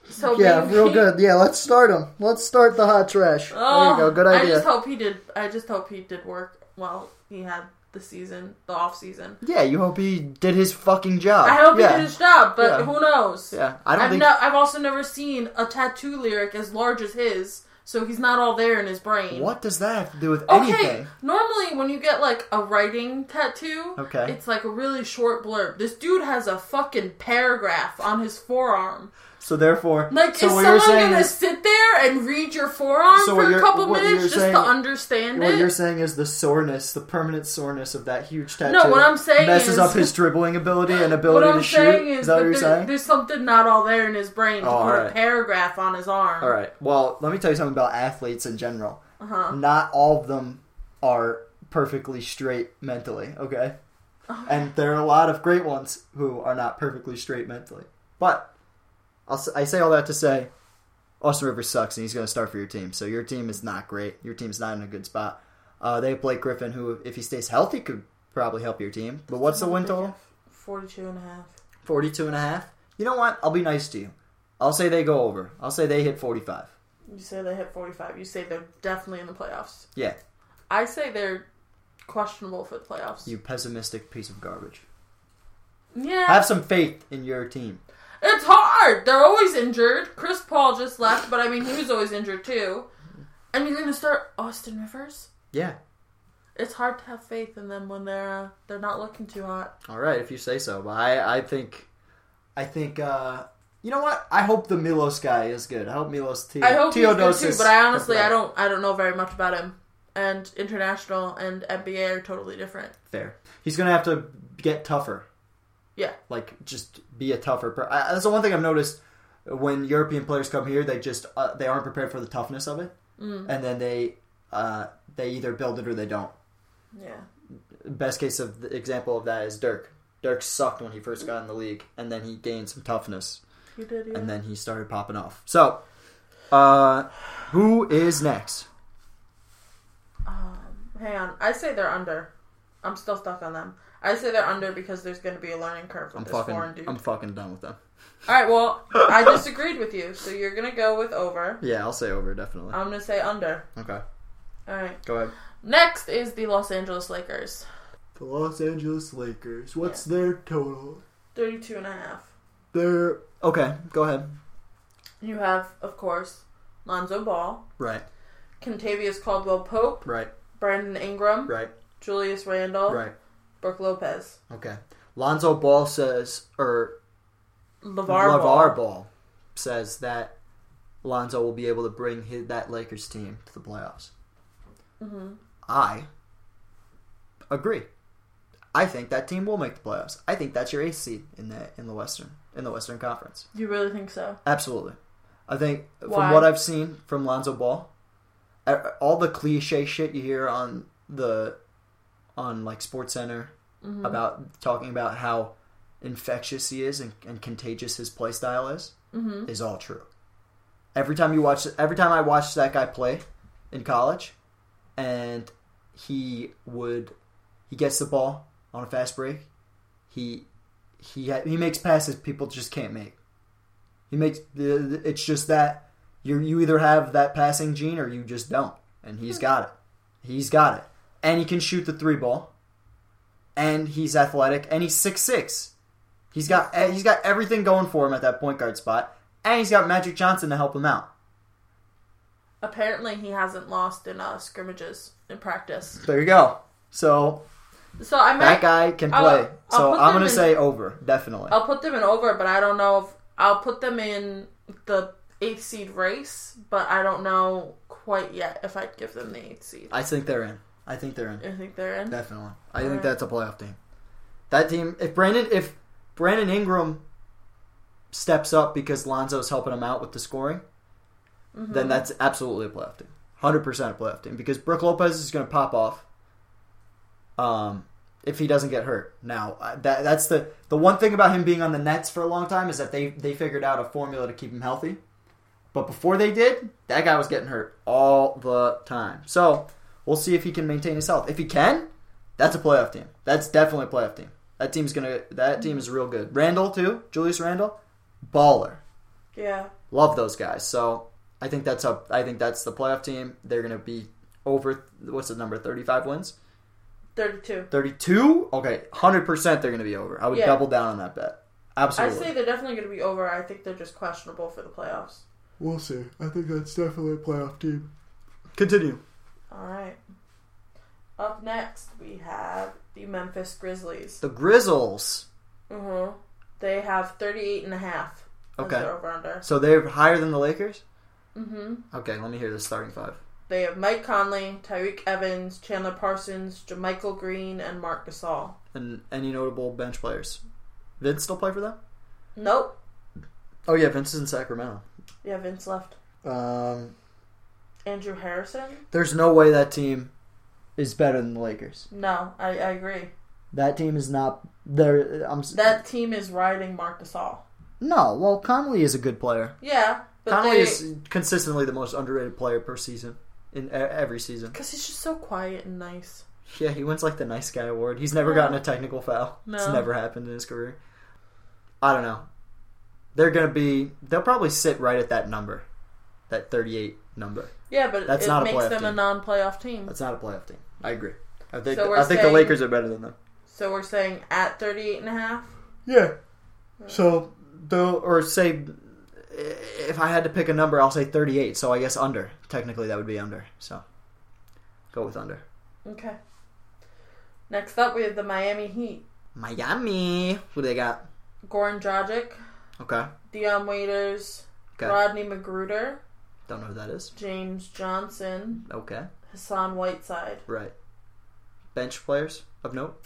[SPEAKER 3] So
[SPEAKER 2] Yeah,
[SPEAKER 3] maybe-
[SPEAKER 2] real good. Yeah, let's start him. Let's start the hot trash.
[SPEAKER 3] Oh,
[SPEAKER 2] there you go. Good
[SPEAKER 3] I
[SPEAKER 2] idea.
[SPEAKER 3] just hope he did. I just hope he did work while he had the season, the off season.
[SPEAKER 2] Yeah, you hope he did his fucking job.
[SPEAKER 3] I hope
[SPEAKER 2] yeah.
[SPEAKER 3] he did his job, but
[SPEAKER 2] Yeah.
[SPEAKER 3] who knows?
[SPEAKER 2] Yeah, I don't
[SPEAKER 3] I've
[SPEAKER 2] think.
[SPEAKER 3] no, I've also never seen a tattoo lyric as large as his, so he's not all there in his brain.
[SPEAKER 2] What does that have to do with
[SPEAKER 3] Okay.
[SPEAKER 2] anything?
[SPEAKER 3] Normally, when you get like a writing tattoo,
[SPEAKER 2] Okay.
[SPEAKER 3] it's like a really short blurb. This dude has a fucking paragraph on his forearm.
[SPEAKER 2] So therefore,
[SPEAKER 3] Like,
[SPEAKER 2] so
[SPEAKER 3] is
[SPEAKER 2] what
[SPEAKER 3] someone
[SPEAKER 2] you're saying
[SPEAKER 3] gonna
[SPEAKER 2] is,
[SPEAKER 3] sit there and read your forearm
[SPEAKER 2] So what
[SPEAKER 3] for a
[SPEAKER 2] you're-
[SPEAKER 3] couple
[SPEAKER 2] what
[SPEAKER 3] minutes
[SPEAKER 2] you're
[SPEAKER 3] just
[SPEAKER 2] saying-
[SPEAKER 3] to understand
[SPEAKER 2] what you're
[SPEAKER 3] it?
[SPEAKER 2] saying is the soreness, the permanent soreness of that huge tattoo.
[SPEAKER 3] what I'm saying
[SPEAKER 2] messes
[SPEAKER 3] is-
[SPEAKER 2] up his dribbling ability and
[SPEAKER 3] What
[SPEAKER 2] ability
[SPEAKER 3] I'm
[SPEAKER 2] to shoot.
[SPEAKER 3] saying
[SPEAKER 2] is,
[SPEAKER 3] is,
[SPEAKER 2] that
[SPEAKER 3] that
[SPEAKER 2] what you're
[SPEAKER 3] there-
[SPEAKER 2] saying?
[SPEAKER 3] there's something not all there in his brain to
[SPEAKER 2] Oh,
[SPEAKER 3] put
[SPEAKER 2] alright.
[SPEAKER 3] a paragraph on his arm.
[SPEAKER 2] All right. Well, let me tell you something about athletes in general.
[SPEAKER 3] Uh-huh.
[SPEAKER 2] Not all of them are perfectly straight mentally, okay? And there are a lot of great ones who are not perfectly straight mentally. But I'll, s- I say all that to say Austin Rivers sucks and he's going to start for your team. So your team is not great. Your team's not in a good spot. Uh, they have Blake Griffin, who, if he stays healthy, could probably help your team. But what's the win total?
[SPEAKER 3] 42 and a half.
[SPEAKER 2] 42 and a half. You know what? I'll be nice to you. I'll say they go over. I'll say they hit 45.
[SPEAKER 3] You say they hit 45. You say they're definitely in the playoffs.
[SPEAKER 2] Yeah.
[SPEAKER 3] I say they're questionable for the playoffs.
[SPEAKER 2] You pessimistic piece of garbage.
[SPEAKER 3] yeah.
[SPEAKER 2] Have some faith in your team.
[SPEAKER 3] It's hard. They're always injured. Chris Paul just left, but I mean, he was always injured too. And you're going to start Austin Rivers?
[SPEAKER 2] Yeah.
[SPEAKER 3] It's hard to have faith in them when they're uh, they're not looking too hot.
[SPEAKER 2] All right, if you say so. But I, I think, I think, uh, you know what? I hope the Milos guy is good. I hope Milos T.
[SPEAKER 3] I hope he's good too,
[SPEAKER 2] Teodosic-
[SPEAKER 3] but I honestly I don't I don't know very much about him. And international and NBA are totally different.
[SPEAKER 2] Fair. He's gonna have to get tougher.
[SPEAKER 3] Yeah.
[SPEAKER 2] Like just be a tougher. Per- I, that's the one thing I've noticed. When European players come here, they just uh, they aren't prepared for the toughness of it,
[SPEAKER 3] Mm.
[SPEAKER 2] and then they uh, they either build it or they don't.
[SPEAKER 3] Yeah.
[SPEAKER 2] best case of the example of that is Dirk. Dirk sucked when he first got in the league, and then he gained some toughness,
[SPEAKER 3] He did. Yeah.
[SPEAKER 2] and then he started popping off. So, uh, who is next?
[SPEAKER 3] Um, hang on. I say they're under. I'm still stuck on them. I say they're under because there's going to be a learning curve with
[SPEAKER 2] I'm
[SPEAKER 3] this
[SPEAKER 2] fucking.
[SPEAKER 3] foreign dude.
[SPEAKER 2] I'm fucking done with them.
[SPEAKER 3] All right. Well, I disagreed with you, so you're going to go with over.
[SPEAKER 2] Yeah, I'll say over definitely.
[SPEAKER 3] I'm going to say under.
[SPEAKER 2] okay,
[SPEAKER 3] All right.
[SPEAKER 2] go ahead.
[SPEAKER 3] Next is the Los Angeles Lakers.
[SPEAKER 2] The Los Angeles Lakers. What's their total?
[SPEAKER 3] 32 and a half.
[SPEAKER 2] Their okay. Go ahead.
[SPEAKER 3] You have, of course, Lonzo Ball,
[SPEAKER 2] Right.
[SPEAKER 3] Contavious Caldwell Pope,
[SPEAKER 2] Right.
[SPEAKER 3] Brandon Ingram,
[SPEAKER 2] Right.
[SPEAKER 3] Julius Randle,
[SPEAKER 2] Right.
[SPEAKER 3] Brooke Lopez,
[SPEAKER 2] Okay. Lonzo Ball says, or
[SPEAKER 3] LeVar,
[SPEAKER 2] LeVar Ball.
[SPEAKER 3] Ball.
[SPEAKER 2] says that Lonzo will be able to bring his, that Lakers team to the playoffs. I agree. I think that team will make the playoffs. I think that's your eighth seed in the in the Western in the Western Conference.
[SPEAKER 3] You really think so?
[SPEAKER 2] Absolutely. I think from
[SPEAKER 3] Why?
[SPEAKER 2] what I've seen from Lonzo Ball, a- all the cliche shit you hear on the on like Sports Center about talking about how infectious he is and, and contagious his play style is
[SPEAKER 3] Mhm.
[SPEAKER 2] is all true. Every time you watch, every time I watched that guy play in college, and he would he gets the ball on a fast break, He he ha- he makes passes people just can't make. He makes it's just that you you either have that passing gene or you just don't, and
[SPEAKER 3] Hmm.
[SPEAKER 2] he's got it. He's got it, and he can shoot the three ball, and he's athletic, and he's six six. He's got eh, he's got everything going for him at that point guard spot, and he's got Magic Johnson to help him out.
[SPEAKER 3] Apparently, he hasn't lost in uh, scrimmages in practice.
[SPEAKER 2] There you go. So
[SPEAKER 3] So I might.
[SPEAKER 2] that guy can play.
[SPEAKER 3] I'll- I'll
[SPEAKER 2] so
[SPEAKER 3] put
[SPEAKER 2] I'm
[SPEAKER 3] them
[SPEAKER 2] gonna
[SPEAKER 3] in-
[SPEAKER 2] say over definitely.
[SPEAKER 3] I'll put them in over, but I don't know if I'll put them in the eighth seed race, but I don't know quite yet if I'd give them the eighth seed. I,
[SPEAKER 2] I think they're in. I think they're in.
[SPEAKER 3] think they're in.
[SPEAKER 2] Definitely. I think
[SPEAKER 3] Alright.
[SPEAKER 2] that's a playoff team. That team if Brandon if Brandon Ingram steps up because Lonzo's helping him out with the scoring, then that's absolutely a playoff team. Hundred percent a playoff team. Because Brooke Lopez is gonna pop off. Um if he doesn't get hurt. Now I- that that's the the one thing about him being on the Nets for a long time is that they they figured out a formula to keep him healthy. But before they did, that guy was getting hurt all the time. So we'll see if he can maintain his health. If he can, that's a playoff team. That's definitely a playoff team. That team's gonna. That team is real good. Randall too. Julius Randall, baller.
[SPEAKER 3] Yeah.
[SPEAKER 2] Love those guys. So I think that's up. I think that's the playoff team. They're gonna be over. What's the number? Thirty-five wins.
[SPEAKER 3] 32.
[SPEAKER 2] Thirty-two. Okay, hundred percent. They're gonna be over. I would
[SPEAKER 3] Yeah.
[SPEAKER 2] double down on that bet.
[SPEAKER 3] I
[SPEAKER 2] Absolutely.
[SPEAKER 3] say they're definitely going to be over. I think they're just questionable for the playoffs.
[SPEAKER 4] We'll see. I think that's definitely a playoff team.
[SPEAKER 2] Continue.
[SPEAKER 3] All right. Up next, we have the Memphis Grizzlies.
[SPEAKER 2] The Grizzles.
[SPEAKER 3] hmm They have 38 and a half. as
[SPEAKER 2] Okay.
[SPEAKER 3] their over-under.
[SPEAKER 2] So they're higher than the Lakers.
[SPEAKER 3] hmm
[SPEAKER 2] Okay, let me hear the starting five.
[SPEAKER 3] They have Mike Conley, Tyreek Evans, Chandler Parsons, Jermichael Green, and Mark Gasol.
[SPEAKER 2] And any notable bench players? Vince still play for them?
[SPEAKER 3] Nope.
[SPEAKER 2] Oh yeah, Vince is in Sacramento.
[SPEAKER 3] Yeah, Vince left.
[SPEAKER 2] Um,
[SPEAKER 3] Andrew Harrison?
[SPEAKER 2] There's no way that team is better than the Lakers.
[SPEAKER 3] No, I, I agree.
[SPEAKER 2] That team is not. There, I'm. s-
[SPEAKER 3] That team is riding Mark Gasol.
[SPEAKER 2] no, well, Conley is a good player.
[SPEAKER 3] Yeah, but
[SPEAKER 2] Conley
[SPEAKER 3] they,
[SPEAKER 2] is consistently the most underrated player per season in e- every season.
[SPEAKER 3] because he's just so quiet and nice.
[SPEAKER 2] Yeah, he wins like the nice guy award. He's never gotten a technical foul. It's
[SPEAKER 3] No.
[SPEAKER 2] never happened in his career. I don't know. They're gonna be. They'll probably sit right at that number, that 38 number.
[SPEAKER 3] Yeah, but
[SPEAKER 2] That's
[SPEAKER 3] it
[SPEAKER 2] not a
[SPEAKER 3] makes
[SPEAKER 2] playoff
[SPEAKER 3] them a
[SPEAKER 2] team.
[SPEAKER 3] non-playoff team.
[SPEAKER 2] That's not a playoff team. I agree. I think.
[SPEAKER 3] So we're
[SPEAKER 2] I think the
[SPEAKER 3] saying-
[SPEAKER 2] Lakers are better than them.
[SPEAKER 3] So we're saying at 38 and a half?
[SPEAKER 4] Yeah.
[SPEAKER 2] So though, or say, if I had to pick a number, I'll say 38. So I guess under. Technically, that would be under. So go with under.
[SPEAKER 3] Okay. Next up, we have the Miami Heat.
[SPEAKER 2] Miami. Who do they got?
[SPEAKER 3] Goran Dragic,
[SPEAKER 2] Okay.
[SPEAKER 3] Dion Waiters,
[SPEAKER 2] Okay.
[SPEAKER 3] Rodney Magruder,
[SPEAKER 2] Don't know who that is.
[SPEAKER 3] James Johnson,
[SPEAKER 2] Okay.
[SPEAKER 3] Hassan Whiteside,
[SPEAKER 2] Right. Bench players of note.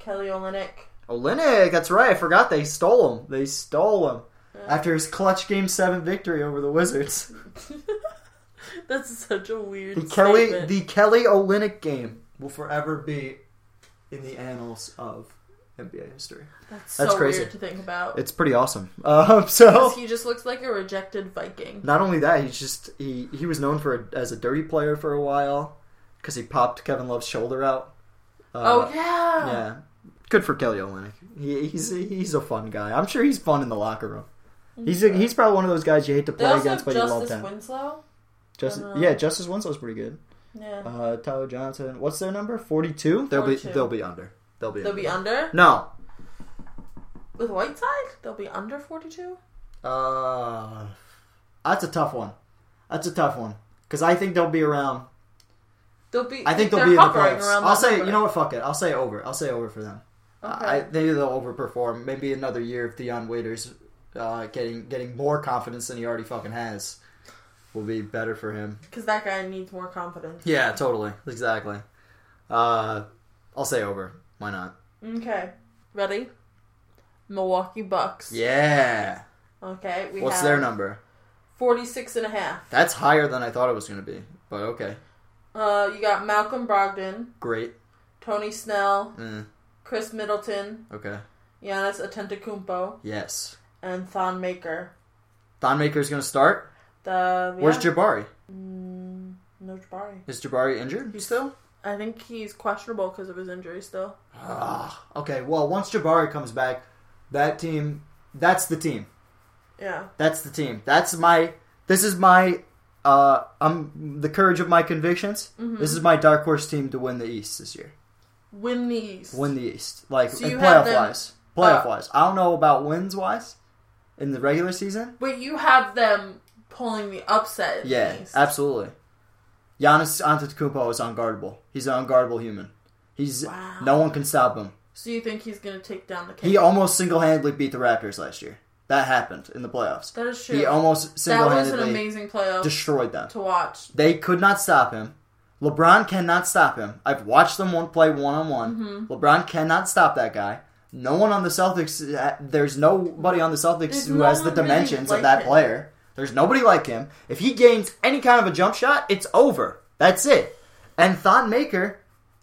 [SPEAKER 3] Kelly Olynyk.
[SPEAKER 2] Olenek. That's right. I forgot they stole him. They stole him after his clutch game seven victory over the Wizards.
[SPEAKER 3] That's such a weird.
[SPEAKER 2] The Kelly,
[SPEAKER 3] statement.
[SPEAKER 2] the Kelly Olenek game will forever be in the annals of NBA history.
[SPEAKER 3] That's,
[SPEAKER 2] That's
[SPEAKER 3] so
[SPEAKER 2] crazy.
[SPEAKER 3] weird to think about.
[SPEAKER 2] It's pretty awesome. Um, so
[SPEAKER 3] 'Cause he just looks like a rejected Viking.
[SPEAKER 2] not only that, he's just he he was known for as a dirty player for a while because he popped Kevin Love's shoulder out. Uh,
[SPEAKER 3] oh yeah.
[SPEAKER 2] yeah. Good for Kelly Olynyk. He, he's he's a fun guy. I'm sure he's fun in the locker room. He's a, he's probably one of those guys you hate to
[SPEAKER 3] They
[SPEAKER 2] play
[SPEAKER 3] also
[SPEAKER 2] against,
[SPEAKER 3] have
[SPEAKER 2] but you love
[SPEAKER 3] Justice
[SPEAKER 2] them.
[SPEAKER 3] Winslow.
[SPEAKER 2] Justice,
[SPEAKER 3] Uh,
[SPEAKER 2] yeah, Justice Winslow's pretty good.
[SPEAKER 3] Yeah.
[SPEAKER 2] Uh, Tyler Johnson, what's their number? Forty two. They'll be
[SPEAKER 3] 42.
[SPEAKER 2] they'll be under. They'll be
[SPEAKER 3] They'll
[SPEAKER 2] under.
[SPEAKER 3] be under
[SPEAKER 2] no.
[SPEAKER 3] with Whiteside. They'll be under forty-two.
[SPEAKER 2] Uh, that's a tough one. That's a tough one because I think they'll be around
[SPEAKER 3] They'll be.
[SPEAKER 2] I think they'll
[SPEAKER 3] they're
[SPEAKER 2] be in the
[SPEAKER 3] hovering
[SPEAKER 2] playoffs.
[SPEAKER 3] around
[SPEAKER 2] I'll
[SPEAKER 3] that
[SPEAKER 2] say,
[SPEAKER 3] number.
[SPEAKER 2] you know what? Fuck it. I'll say over. I'll say over for them. I,
[SPEAKER 3] Okay.
[SPEAKER 2] maybe they'll overperform. Maybe another year if Deion Waiters uh, getting getting more confidence than he already fucking has will be better for him.
[SPEAKER 3] Because that guy needs more confidence.
[SPEAKER 2] Yeah, totally, exactly. Uh, I'll say over. Why not?
[SPEAKER 3] Okay. Ready? Milwaukee Bucks.
[SPEAKER 2] Yeah.
[SPEAKER 3] Okay. We
[SPEAKER 2] What's
[SPEAKER 3] have
[SPEAKER 2] their number?
[SPEAKER 3] Forty-six and a half.
[SPEAKER 2] That's higher than I thought it was going to be. But okay,
[SPEAKER 3] Uh, you got Malcolm Brogdon,
[SPEAKER 2] great.
[SPEAKER 3] Tony Snell,
[SPEAKER 2] Mm,
[SPEAKER 3] Chris Middleton,
[SPEAKER 2] okay.
[SPEAKER 3] Giannis Antetokounmpo,
[SPEAKER 2] Yes.
[SPEAKER 3] and Thon Maker.
[SPEAKER 2] Thonmaker's going to start.
[SPEAKER 3] The yeah.
[SPEAKER 2] Where's Jabari?
[SPEAKER 3] No Jabari.
[SPEAKER 2] Is Jabari injured still?
[SPEAKER 3] I think he's questionable because of his injury still.
[SPEAKER 2] Ugh. Ah, okay, well, once Jabari comes back, that team, that's the team.
[SPEAKER 3] Yeah.
[SPEAKER 2] That's the team. That's my. This is my. Uh, I'm the courage of my convictions.
[SPEAKER 3] Mm-hmm.
[SPEAKER 2] This is my dark horse team to win the East this year.
[SPEAKER 3] Win the East.
[SPEAKER 2] Win the East, like
[SPEAKER 3] So
[SPEAKER 2] in
[SPEAKER 3] you
[SPEAKER 2] playoff
[SPEAKER 3] have them-
[SPEAKER 2] wise. Playoff
[SPEAKER 3] uh,
[SPEAKER 2] wise, I don't know about wins wise in the regular season.
[SPEAKER 3] But you have them pulling the upset. In
[SPEAKER 2] Yeah,
[SPEAKER 3] the East.
[SPEAKER 2] absolutely. Giannis Antetokounmpo is unguardable. He's an unguardable human. He's
[SPEAKER 3] Wow.
[SPEAKER 2] no one can stop him.
[SPEAKER 3] So you think he's gonna take down the Kings?
[SPEAKER 2] He almost single-handedly beat the Raptors last year. That happened in the playoffs.
[SPEAKER 3] that is true.
[SPEAKER 2] He almost
[SPEAKER 3] that was an
[SPEAKER 2] single-handedly
[SPEAKER 3] amazing playoff
[SPEAKER 2] destroyed them.
[SPEAKER 3] to watch.
[SPEAKER 2] They could not stop him. LeBron cannot stop him. I've watched them one play one on one.
[SPEAKER 3] Mm-hmm.
[SPEAKER 2] LeBron cannot stop that guy. No one on the Celtics. uh, There's nobody on the Celtics
[SPEAKER 3] There's
[SPEAKER 2] who
[SPEAKER 3] no
[SPEAKER 2] has the
[SPEAKER 3] one really
[SPEAKER 2] dimensions
[SPEAKER 3] like
[SPEAKER 2] of that
[SPEAKER 3] him.
[SPEAKER 2] player. There's nobody like him. If he gains any kind of a jump shot, it's over. That's it. And Thon Maker,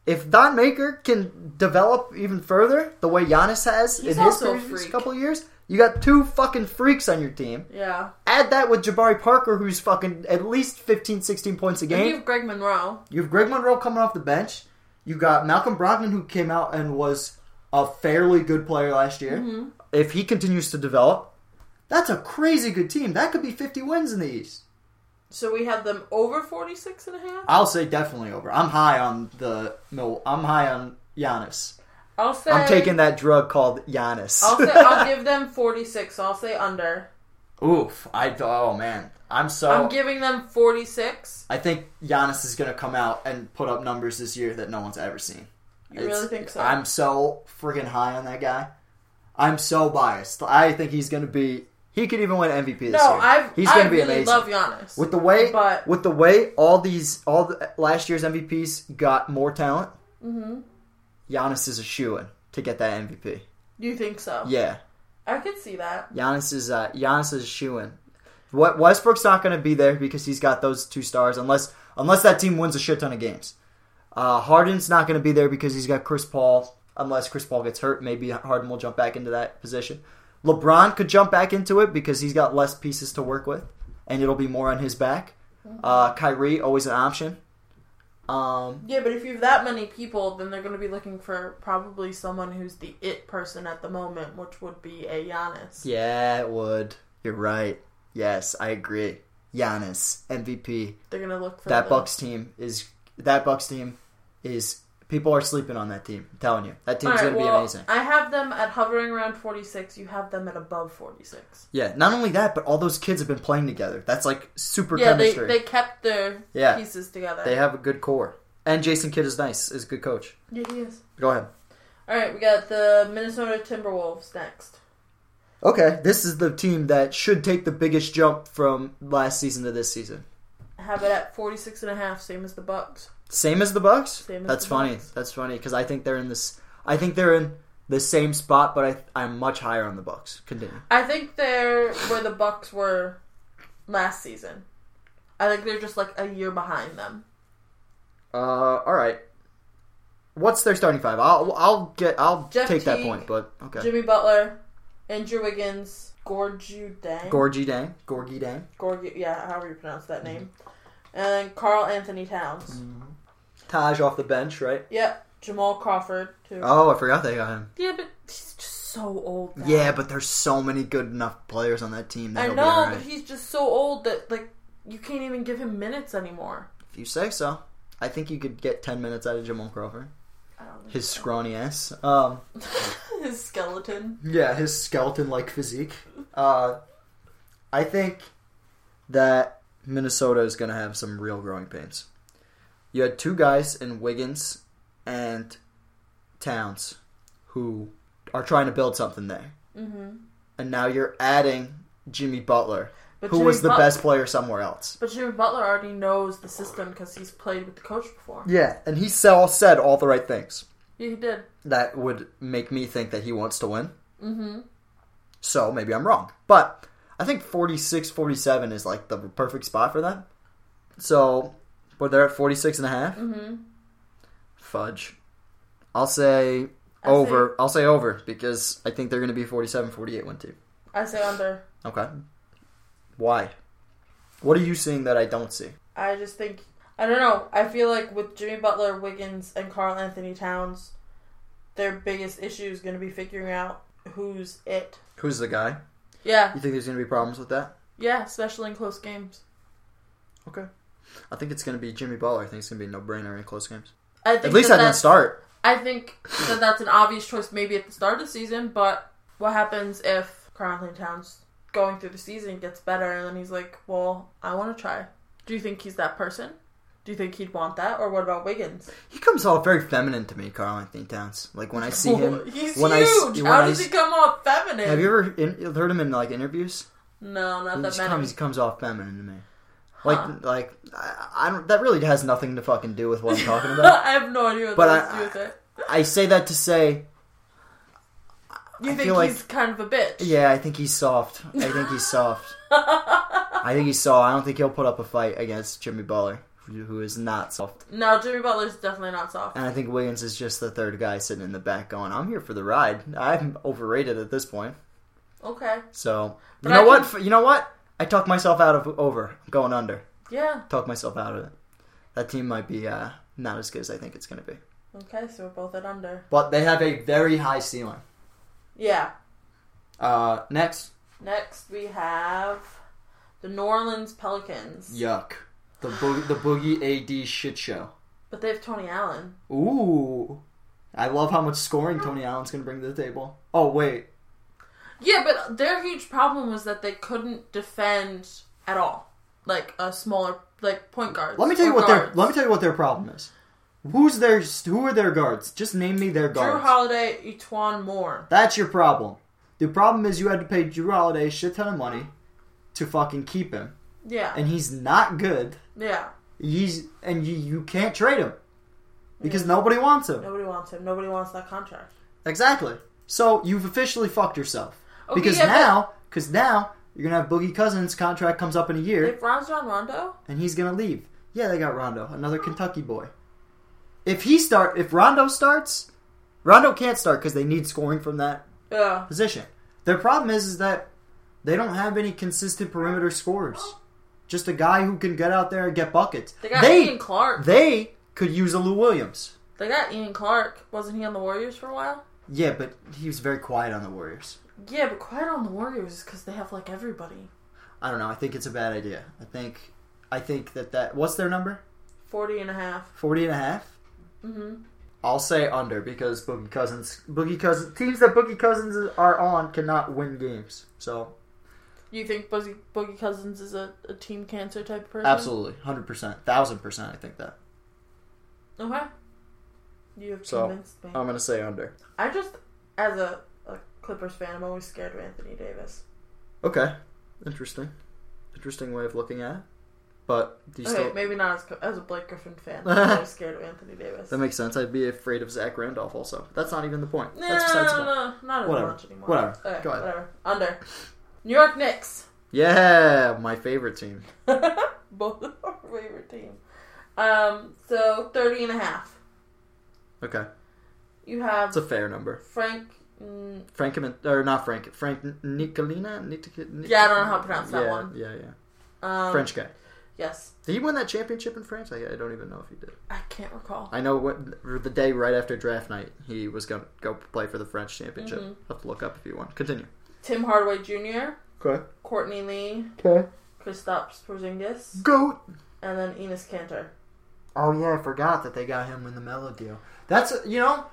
[SPEAKER 2] if Thon Maker can develop even further the way Giannis has
[SPEAKER 3] He's
[SPEAKER 2] in his
[SPEAKER 3] also a
[SPEAKER 2] previous
[SPEAKER 3] freak.
[SPEAKER 2] couple years, you got two fucking freaks on your team.
[SPEAKER 3] Yeah.
[SPEAKER 2] Add that with Jabari Parker, who's fucking at least 15, 16 points a
[SPEAKER 3] And
[SPEAKER 2] game.
[SPEAKER 3] you have Greg Monroe.
[SPEAKER 2] You have Greg Monroe coming off the bench. You got Malcolm Brogdon, who came out and was a fairly good player last year.
[SPEAKER 3] Mm-hmm.
[SPEAKER 2] If he continues to develop, that's a crazy good team. That could be 50 wins in the East.
[SPEAKER 3] So we had them over 46 and a half.
[SPEAKER 2] I'll say definitely over. I'm high on the no. I'm high on Giannis.
[SPEAKER 3] I'll say
[SPEAKER 2] I'm taking that drug called Giannis.
[SPEAKER 3] I'll say I'll give them 46. I'll say under.
[SPEAKER 2] Oof! I oh man, I'm so.
[SPEAKER 3] I'm giving them 46.
[SPEAKER 2] I think Giannis is going to come out and put up numbers this year that no one's ever seen.
[SPEAKER 3] You really think so?
[SPEAKER 2] I'm so freaking high on that guy. I'm so biased. I think he's going to be. He could even win MVP this
[SPEAKER 3] No,
[SPEAKER 2] year.
[SPEAKER 3] I've
[SPEAKER 2] he's
[SPEAKER 3] I
[SPEAKER 2] going to be
[SPEAKER 3] really
[SPEAKER 2] amazing.
[SPEAKER 3] love Giannis.
[SPEAKER 2] with the way,
[SPEAKER 3] but-
[SPEAKER 2] with the way all these all the, last year's MVPs got more talent. Mm-hmm. Giannis is a shoo in to get that MVP.
[SPEAKER 3] you think so?
[SPEAKER 2] Yeah,
[SPEAKER 3] I could see that.
[SPEAKER 2] Giannis is uh, Giannis is shoo in. What Westbrook's not going to be there because he's got those two stars. Unless unless that team wins a shit ton of games. Uh, Harden's not going to be there because he's got Chris Paul. Unless Chris Paul gets hurt, maybe Harden will jump back into that position. LeBron could jump back into it because he's got less pieces to work with, and it'll be more on his back. Uh, Kyrie always an option. Um,
[SPEAKER 3] Yeah, but if you have that many people, then they're going to be looking for probably someone who's the it person at the moment, which would be a Giannis.
[SPEAKER 2] yeah, it would. You're right. Yes, I agree. Giannis MVP.
[SPEAKER 3] They're going to look for
[SPEAKER 2] that
[SPEAKER 3] the-
[SPEAKER 2] Bucks team is that Bucks team is people are sleeping on that team. I'm telling you, that
[SPEAKER 3] All
[SPEAKER 2] team's
[SPEAKER 3] right,
[SPEAKER 2] gonna
[SPEAKER 3] well,
[SPEAKER 2] be amazing.
[SPEAKER 3] I have them at hovering around 46. You have them at above 46.
[SPEAKER 2] Yeah, not only that, but all those kids have been playing together. That's like super
[SPEAKER 3] Yeah, they,
[SPEAKER 2] chemistry.
[SPEAKER 3] they kept their
[SPEAKER 2] Yeah.
[SPEAKER 3] pieces together.
[SPEAKER 2] They have a good core, and Jason Kidd is nice. Is a good coach.
[SPEAKER 3] yeah, he is.
[SPEAKER 2] Go ahead.
[SPEAKER 3] All right, we got the Minnesota Timberwolves next.
[SPEAKER 2] Okay, this is the team that should take the biggest jump from last season to this season.
[SPEAKER 3] I have it at 46 and a half, same as the Bucks.
[SPEAKER 2] Same as the Bucks.
[SPEAKER 3] Same as
[SPEAKER 2] That's
[SPEAKER 3] the
[SPEAKER 2] funny.
[SPEAKER 3] Bucks.
[SPEAKER 2] That's funny because I think they're in this. I think they're in the same spot, but I, I'm much higher on the Bucks. Continue.
[SPEAKER 3] I think they're where the Bucks were last season. I think they're just like a year behind them.
[SPEAKER 2] Uh, all right. What's their starting five? I'll I'll get I'll
[SPEAKER 3] Jeff
[SPEAKER 2] take that
[SPEAKER 3] Teague,
[SPEAKER 2] point, but okay.
[SPEAKER 3] Jimmy Butler, Andrew Wiggins, Gorgie Dang,
[SPEAKER 2] Gorgie Dang, Gorgie Dang,
[SPEAKER 3] Gorgie, yeah, however you pronounce that name, and Carl Anthony Towns.
[SPEAKER 2] Mm. Taj off the bench, right?
[SPEAKER 3] Yep, Jamal Crawford too.
[SPEAKER 2] Oh, I forgot they got him.
[SPEAKER 3] Yeah, but he's just so old. Now.
[SPEAKER 2] Yeah, but there's so many good enough players on that team.
[SPEAKER 3] I
[SPEAKER 2] That'll
[SPEAKER 3] know,
[SPEAKER 2] be all
[SPEAKER 3] but
[SPEAKER 2] right.
[SPEAKER 3] he's just so old that like you can't even give him minutes anymore.
[SPEAKER 2] If you say so, I think you could get ten minutes out of Jamal Crawford.
[SPEAKER 3] I don't
[SPEAKER 2] His scrawny ass. Um,
[SPEAKER 3] know. his skeleton.
[SPEAKER 2] yeah, his skeleton-like physique. Uh, I think that Minnesota is going to have some real growing pains. You had two guys in Wiggins and Towns who are trying to build something there.
[SPEAKER 3] Mm-hmm.
[SPEAKER 2] And now you're adding Jimmy Butler,
[SPEAKER 3] But
[SPEAKER 2] who
[SPEAKER 3] Jimmy
[SPEAKER 2] was the
[SPEAKER 3] But-
[SPEAKER 2] best player somewhere else.
[SPEAKER 3] But Jimmy Butler already knows the system because he's played with the coach before.
[SPEAKER 2] Yeah, and he sell, said all the right things
[SPEAKER 3] Yeah, he did.
[SPEAKER 2] that would make me think that he wants to win.
[SPEAKER 3] Mm-hmm.
[SPEAKER 2] So maybe I'm wrong. But I think 46, 47 is like the perfect spot for them. So, but they're at 46 and a half.
[SPEAKER 3] Mm-hmm.
[SPEAKER 2] Fudge. I'll say
[SPEAKER 3] I
[SPEAKER 2] over. I'll say over because I think they're going to be 47, 48 win team.
[SPEAKER 3] I say under.
[SPEAKER 2] Okay. Why? What are you seeing that I don't see?
[SPEAKER 3] I just think I don't know. I feel like with Jimmy Butler, Wiggins, and Carl Anthony Towns, their biggest issue is going to be figuring out who's it.
[SPEAKER 2] Who's the guy?
[SPEAKER 3] Yeah,
[SPEAKER 2] You think there's going to be problems with that?
[SPEAKER 3] yeah, especially in close games.
[SPEAKER 2] Okay. I think it's going to be Jimmy Butler. I think it's going to be a no-brainer in close games.
[SPEAKER 3] I think
[SPEAKER 2] At least
[SPEAKER 3] that
[SPEAKER 2] I didn't
[SPEAKER 3] that's-
[SPEAKER 2] start.
[SPEAKER 3] I think that that's an obvious choice maybe at the start of the season, but what happens if Carl Anthony Towns going through the season gets better and then he's like, well, I want to try. Do you think he's that person? Do you think he'd want that? Or what about Wiggins?
[SPEAKER 2] He comes off very feminine to me, Carl Anthony Towns. Like when I see him,
[SPEAKER 3] he's
[SPEAKER 2] when I s-
[SPEAKER 3] huge.
[SPEAKER 2] when
[SPEAKER 3] How
[SPEAKER 2] I
[SPEAKER 3] does
[SPEAKER 2] s-
[SPEAKER 3] he come off feminine?
[SPEAKER 2] have you ever in, heard him in like interviews?
[SPEAKER 3] no, not
[SPEAKER 2] He
[SPEAKER 3] that
[SPEAKER 2] just
[SPEAKER 3] many.
[SPEAKER 2] comes, he comes off feminine to me.
[SPEAKER 3] Huh.
[SPEAKER 2] Like like I, I don't, that really has nothing to fucking do with what I'm talking about.
[SPEAKER 3] I have no idea what
[SPEAKER 2] But I-
[SPEAKER 3] that has to do with it.
[SPEAKER 2] I say that to say,
[SPEAKER 3] You
[SPEAKER 2] I
[SPEAKER 3] think
[SPEAKER 2] feel like-
[SPEAKER 3] he's kind of a bitch?
[SPEAKER 2] yeah, I think he's soft. I think he's soft. I think he's soft. I don't think he'll put up a fight against Jimmy Butler, who who is not soft.
[SPEAKER 3] No, Jimmy Butler's definitely not soft.
[SPEAKER 2] And I think Williams is just the third guy sitting in the back going, I'm here for the ride. I'm overrated at this point.
[SPEAKER 3] Okay.
[SPEAKER 2] So, you
[SPEAKER 3] But
[SPEAKER 2] know
[SPEAKER 3] I
[SPEAKER 2] what?
[SPEAKER 3] think-
[SPEAKER 2] F- You know what? I talked myself out of over. I'm going under.
[SPEAKER 3] Yeah.
[SPEAKER 2] Talk myself out of it. That team might be uh, not as good as I think it's going to be.
[SPEAKER 3] Okay, so we're both at under.
[SPEAKER 2] But they have a very high ceiling.
[SPEAKER 3] Yeah.
[SPEAKER 2] Uh, next.
[SPEAKER 3] Next, we have the New Orleans Pelicans.
[SPEAKER 2] Yuck. The, bo- the Boogie AD shit show.
[SPEAKER 3] But they have Tony Allen.
[SPEAKER 2] Ooh. I love how much scoring Tony Allen's going to bring to the table. Oh, wait.
[SPEAKER 3] Yeah, but their huge problem was that they couldn't defend at all. Like a smaller, like point guards.
[SPEAKER 2] Let me tell you
[SPEAKER 3] or
[SPEAKER 2] what their
[SPEAKER 3] guards.
[SPEAKER 2] let me tell you what their problem is. Who's their who are their guards? Just name me their
[SPEAKER 3] Drew
[SPEAKER 2] guards.
[SPEAKER 3] Holiday, Etwan Moore.
[SPEAKER 2] That's your problem. The problem is you had to pay Drew Holiday a shit ton of money to fucking keep him,
[SPEAKER 3] Yeah,
[SPEAKER 2] and he's not good.
[SPEAKER 3] yeah.
[SPEAKER 2] He's and you you can't trade him because nobody wants him.
[SPEAKER 3] Nobody wants him. Nobody wants that contract.
[SPEAKER 2] Exactly. So you've officially fucked yourself
[SPEAKER 3] Okay,
[SPEAKER 2] because
[SPEAKER 3] Oh, yeah, but-
[SPEAKER 2] now because now you're gonna have Boogie Cousins contract comes up in a year.
[SPEAKER 3] They have Rajon Rondo.
[SPEAKER 2] and he's gonna leave. Yeah, they got Rondo, another Kentucky boy. If he start, if Rondo starts, Rondo can't start because they need scoring from that
[SPEAKER 3] Yeah,
[SPEAKER 2] position. Their problem is, is that they don't have any consistent perimeter scorers. Just a guy who can get out there and get buckets.
[SPEAKER 3] they got Ian
[SPEAKER 2] They
[SPEAKER 3] Clark.
[SPEAKER 2] they could use a Lou Williams.
[SPEAKER 3] They got Ian Clark. Wasn't he on the Warriors for a while?
[SPEAKER 2] Yeah, but he was very quiet on the Warriors.
[SPEAKER 3] Yeah, but quiet on the Warriors is because they have like everybody.
[SPEAKER 2] I don't know. I think it's a bad idea. I think I think that that what's their number?
[SPEAKER 3] 40 and a half.
[SPEAKER 2] 40 and a half?
[SPEAKER 3] Mm-hmm.
[SPEAKER 2] I'll say under because Boogie Cousins, Boogie Cousins, teams that Boogie Cousins are on cannot win games. So
[SPEAKER 3] You think Boogie, Boogie Cousins is a, a team cancer type of person?
[SPEAKER 2] absolutely, hundred percent, thousand percent, I think that.
[SPEAKER 3] Okay. You have
[SPEAKER 2] So, um,
[SPEAKER 3] convinced me.
[SPEAKER 2] I'm gonna say under.
[SPEAKER 3] I just, as a, a Clippers fan, I'm always scared of Anthony Davis.
[SPEAKER 2] Okay, interesting, interesting way of looking at it. But do you
[SPEAKER 3] okay,
[SPEAKER 2] still?
[SPEAKER 3] maybe not as, co- as a Blake Griffin fan. I'm always scared of Anthony Davis.
[SPEAKER 2] That makes sense. I'd be afraid of Zach Randolph also. That's not even the point.
[SPEAKER 3] no,
[SPEAKER 2] That's
[SPEAKER 3] no,
[SPEAKER 2] besides the
[SPEAKER 3] no,
[SPEAKER 2] point.
[SPEAKER 3] no, not as
[SPEAKER 2] Whatever.
[SPEAKER 3] much anymore.
[SPEAKER 2] Whatever.
[SPEAKER 3] Okay,
[SPEAKER 2] Go ahead.
[SPEAKER 3] whatever. Under. New York Knicks.
[SPEAKER 2] Yeah, my favorite team.
[SPEAKER 3] Both of our favorite team. Um, so 30 and a half.
[SPEAKER 2] Okay,
[SPEAKER 3] You have
[SPEAKER 2] it's a fair number.
[SPEAKER 3] Frank. Mm,
[SPEAKER 2] Frank or not Frank? Frank Nicolina? Nic- Nic-
[SPEAKER 3] Yeah, I don't know how to pronounce that
[SPEAKER 2] Yeah,
[SPEAKER 3] one.
[SPEAKER 2] Yeah, yeah.
[SPEAKER 3] um,
[SPEAKER 2] French guy.
[SPEAKER 3] Yes.
[SPEAKER 2] Did he win that championship in France? I, I don't even know if he did.
[SPEAKER 3] I can't recall.
[SPEAKER 2] I know what the day right after draft night he was going to go play for the French championship.
[SPEAKER 3] Mhm.
[SPEAKER 2] Have to look up if you want. Continue.
[SPEAKER 3] Tim Hardaway Jr.,
[SPEAKER 2] Okay.
[SPEAKER 3] Courtney Lee,
[SPEAKER 2] Okay.
[SPEAKER 3] Kristaps Porzingis,
[SPEAKER 2] Goat.
[SPEAKER 3] and then Enos Cantor.
[SPEAKER 2] Oh yeah, I forgot that they got him in the Melo deal. That's a, you know,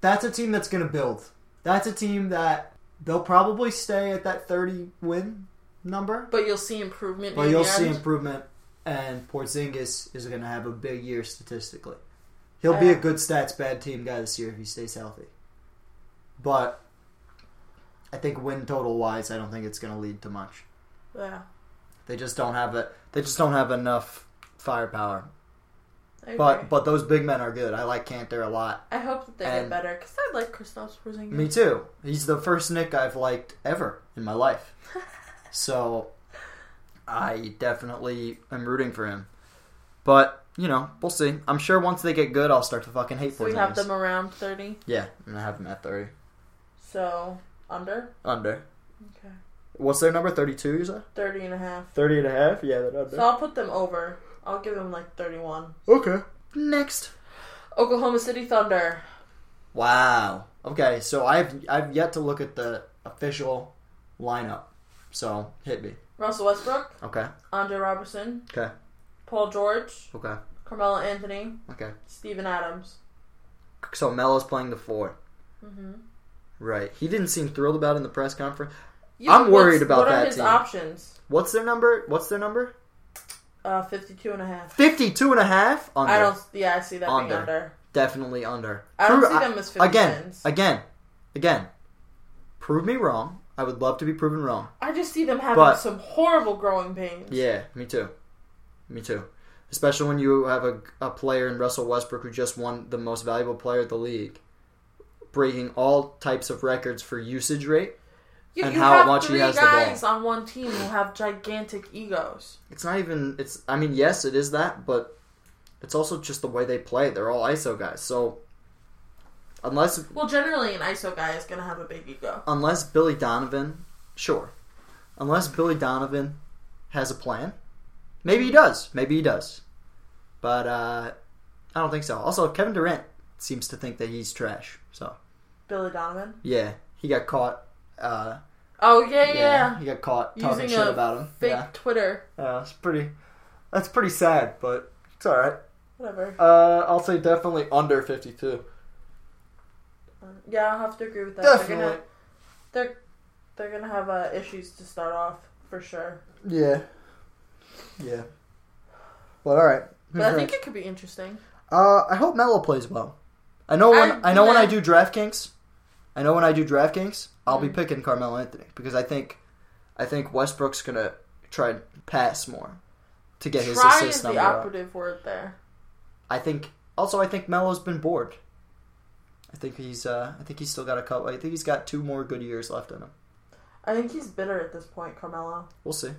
[SPEAKER 2] that's a team that's going to build. That's a team that they'll probably stay at that thirty win number,
[SPEAKER 3] But you'll see improvement.
[SPEAKER 2] but
[SPEAKER 3] in
[SPEAKER 2] you'll
[SPEAKER 3] the
[SPEAKER 2] see
[SPEAKER 3] end.
[SPEAKER 2] improvement. And Porzingis is going to have a big year statistically. He'll be a
[SPEAKER 3] Uh,
[SPEAKER 2] good stats bad team guy this year if he stays healthy. But I think win total wise, I don't think it's going to lead to much.
[SPEAKER 3] Yeah.
[SPEAKER 2] They just don't have it. They just don't have enough firepower.
[SPEAKER 3] I agree.
[SPEAKER 2] But but those big men are good. I like Cantor a lot.
[SPEAKER 3] I hope that they
[SPEAKER 2] and-
[SPEAKER 3] get better because I like Kristaps Porzingis.
[SPEAKER 2] Me too. He's the first Nick I've liked ever in my life. so I definitely am rooting for him. But you know, we'll see. I'm sure once they get good, I'll start to fucking hate
[SPEAKER 3] So
[SPEAKER 2] Porzingis.
[SPEAKER 3] we have them around thirty.
[SPEAKER 2] Yeah, I'm gonna have him at thirty
[SPEAKER 3] So under
[SPEAKER 2] under.
[SPEAKER 3] Okay.
[SPEAKER 2] What's their number? Thirty-two, you said?
[SPEAKER 3] thirty and a half.
[SPEAKER 2] Thirty and a half. Yeah, that
[SPEAKER 3] So I'll put them over I'll give him like 31.
[SPEAKER 4] Okay.
[SPEAKER 2] Next.
[SPEAKER 3] Oklahoma City Thunder.
[SPEAKER 2] Wow. Okay, so I've I've yet to look at the official lineup. So hit me.
[SPEAKER 3] Russell Westbrook,
[SPEAKER 2] Okay.
[SPEAKER 3] Andre Robertson,
[SPEAKER 2] Okay.
[SPEAKER 3] Paul George,
[SPEAKER 2] Okay.
[SPEAKER 3] Carmelo Anthony,
[SPEAKER 2] Okay.
[SPEAKER 3] Steven Adams.
[SPEAKER 2] So Melo's playing the four.
[SPEAKER 3] Mm-hmm.
[SPEAKER 2] Right. He didn't seem thrilled about it in the press conference. I'm worried about
[SPEAKER 3] what
[SPEAKER 2] that
[SPEAKER 3] are his
[SPEAKER 2] team.
[SPEAKER 3] options?
[SPEAKER 2] What's their number? What's their number?
[SPEAKER 3] Uh, 52 and a half.
[SPEAKER 2] 52 and a half? Under.
[SPEAKER 3] I don't. Yeah, I see that
[SPEAKER 2] Under.
[SPEAKER 3] being under.
[SPEAKER 2] Definitely under.
[SPEAKER 3] I don't
[SPEAKER 2] Prove-
[SPEAKER 3] see them as 50
[SPEAKER 2] Again,
[SPEAKER 3] wins.
[SPEAKER 2] again, again. Prove me wrong. I would love to be proven wrong.
[SPEAKER 3] I just see them having
[SPEAKER 2] But-
[SPEAKER 3] some horrible growing pains.
[SPEAKER 2] Yeah, me too. Me too. Especially when you have a, a player in Russell Westbrook who just won the most valuable player of the league, breaking all types of records for usage rate.
[SPEAKER 3] You,
[SPEAKER 2] And
[SPEAKER 3] you
[SPEAKER 2] how
[SPEAKER 3] have
[SPEAKER 2] much he
[SPEAKER 3] three
[SPEAKER 2] has the ball.
[SPEAKER 3] guys on one team who have gigantic egos.
[SPEAKER 2] It's not even. It's. I mean, yes, it is that, but it's also just the way they play. They're all ISO guys. So unless
[SPEAKER 3] Well, generally, an ISO guy is going to have a big ego.
[SPEAKER 2] unless Billy Donovan, sure. Unless Billy Donovan has a plan. Maybe he does. Maybe he does. But uh, I don't think so. Also, Kevin Durant seems to think that he's trash. So,
[SPEAKER 3] Billy Donovan.
[SPEAKER 2] yeah, he got caught. Uh,
[SPEAKER 3] Oh yeah, yeah.
[SPEAKER 2] He got caught talking
[SPEAKER 3] Using
[SPEAKER 2] shit
[SPEAKER 3] a
[SPEAKER 2] about him.
[SPEAKER 3] Fake
[SPEAKER 2] Yeah.
[SPEAKER 3] Twitter.
[SPEAKER 2] yeah, it's pretty. That's pretty sad, but it's all right.
[SPEAKER 3] Whatever.
[SPEAKER 2] Uh, I'll say definitely under fifty-two.
[SPEAKER 3] Yeah, I'll have to agree with that. They're gonna, they're, they're gonna have uh, issues to start off for sure.
[SPEAKER 2] Yeah. Yeah. Well, all right.
[SPEAKER 3] But I think it could be interesting.
[SPEAKER 2] Uh, I hope Melo plays well. I know when I,
[SPEAKER 3] I-
[SPEAKER 2] know when
[SPEAKER 3] yeah.
[SPEAKER 2] I do DraftKings, I know when I do DraftKings, I'll
[SPEAKER 3] Mm.
[SPEAKER 2] be picking Carmelo Anthony because I think I think Westbrook's gonna try and pass more to get his
[SPEAKER 3] Try is
[SPEAKER 2] assist
[SPEAKER 3] the
[SPEAKER 2] number. up.
[SPEAKER 3] operative word there.
[SPEAKER 2] I think also I think Melo's been bored. I think he's uh, I think he's still got a couple. I think he's got two more good years left in him.
[SPEAKER 3] I think he's bitter at this point, Carmelo.
[SPEAKER 2] We'll see.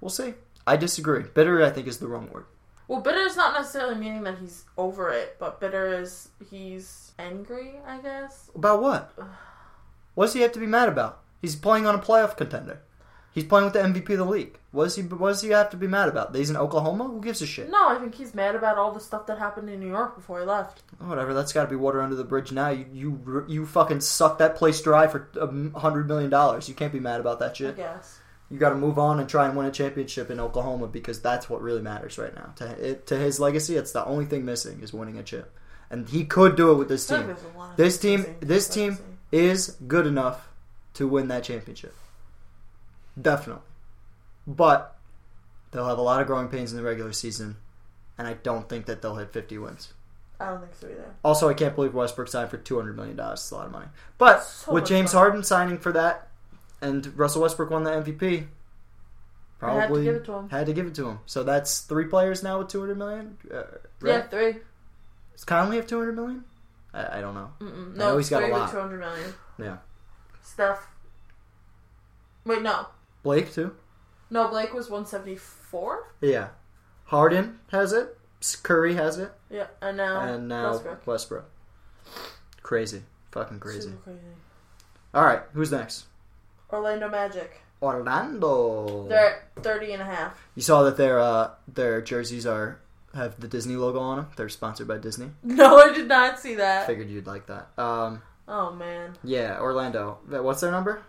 [SPEAKER 2] We'll see. I disagree. Bitter, I think, is the wrong word.
[SPEAKER 3] Well, bitter is not necessarily meaning that he's over it, but bitter is he's angry, I guess.
[SPEAKER 2] About what? What does he have to be mad about? He's playing on a playoff contender. He's playing with the MVP of the league. What does he? What does he have to be mad about? That he's in Oklahoma. Who gives a shit?
[SPEAKER 3] No, I think he's mad about all the stuff that happened in New York before he left.
[SPEAKER 2] Whatever. That's got to be water under the bridge now. You you you fucking suck that place dry for a hundred million dollars. You can't be mad about that
[SPEAKER 3] I
[SPEAKER 2] shit.
[SPEAKER 3] guess.
[SPEAKER 2] You got to move on and try and win a championship in Oklahoma because that's what really matters right now. To it, to his legacy, it's the only thing missing is winning a chip, and he could do it with this
[SPEAKER 3] I think
[SPEAKER 2] team.
[SPEAKER 3] there's a lot of
[SPEAKER 2] This
[SPEAKER 3] things
[SPEAKER 2] team,
[SPEAKER 3] missing.
[SPEAKER 2] this
[SPEAKER 3] Let's
[SPEAKER 2] team
[SPEAKER 3] see.
[SPEAKER 2] is good enough to win that championship. Definitely. But they'll have a lot of growing pains in the regular season, and I don't think that they'll hit 50 wins.
[SPEAKER 3] I don't think so either.
[SPEAKER 2] Also, I can't believe Westbrook signed for $200 million. It's a lot of money. But
[SPEAKER 3] So
[SPEAKER 2] with
[SPEAKER 3] much
[SPEAKER 2] James
[SPEAKER 3] money.
[SPEAKER 2] Harden signing for that and Russell Westbrook won the MVP,
[SPEAKER 3] I
[SPEAKER 2] probably
[SPEAKER 3] had to give it to him.
[SPEAKER 2] had to give it to him. So that's three players now with 200 million? Uh, right?
[SPEAKER 3] Yeah, three.
[SPEAKER 2] Does Conley have 200 million? I, I don't know.
[SPEAKER 3] Mm-mm.
[SPEAKER 2] I
[SPEAKER 3] No,
[SPEAKER 2] know
[SPEAKER 3] he's
[SPEAKER 2] he's got a lot.
[SPEAKER 3] Two hundred million.
[SPEAKER 2] Yeah.
[SPEAKER 3] Steph. Wait, no,
[SPEAKER 2] Blake, too?
[SPEAKER 3] no. Blake was one seventy four.
[SPEAKER 2] Yeah. Harden has it. Curry has it.
[SPEAKER 3] Yeah, and now
[SPEAKER 2] and now
[SPEAKER 3] Oh, Westbrook.
[SPEAKER 2] Westbrook. Crazy. Fucking crazy.
[SPEAKER 3] Super crazy.
[SPEAKER 2] All right. Who's next?
[SPEAKER 3] Orlando Magic.
[SPEAKER 2] Orlando.
[SPEAKER 3] They're at 30 and a half.
[SPEAKER 2] You saw that their uh, their jerseys are have the Disney logo on them. They're sponsored by Disney.
[SPEAKER 3] No, I did not see that.
[SPEAKER 2] Figured you'd like that. Um,
[SPEAKER 3] Oh man,
[SPEAKER 2] yeah, Orlando. What's their number?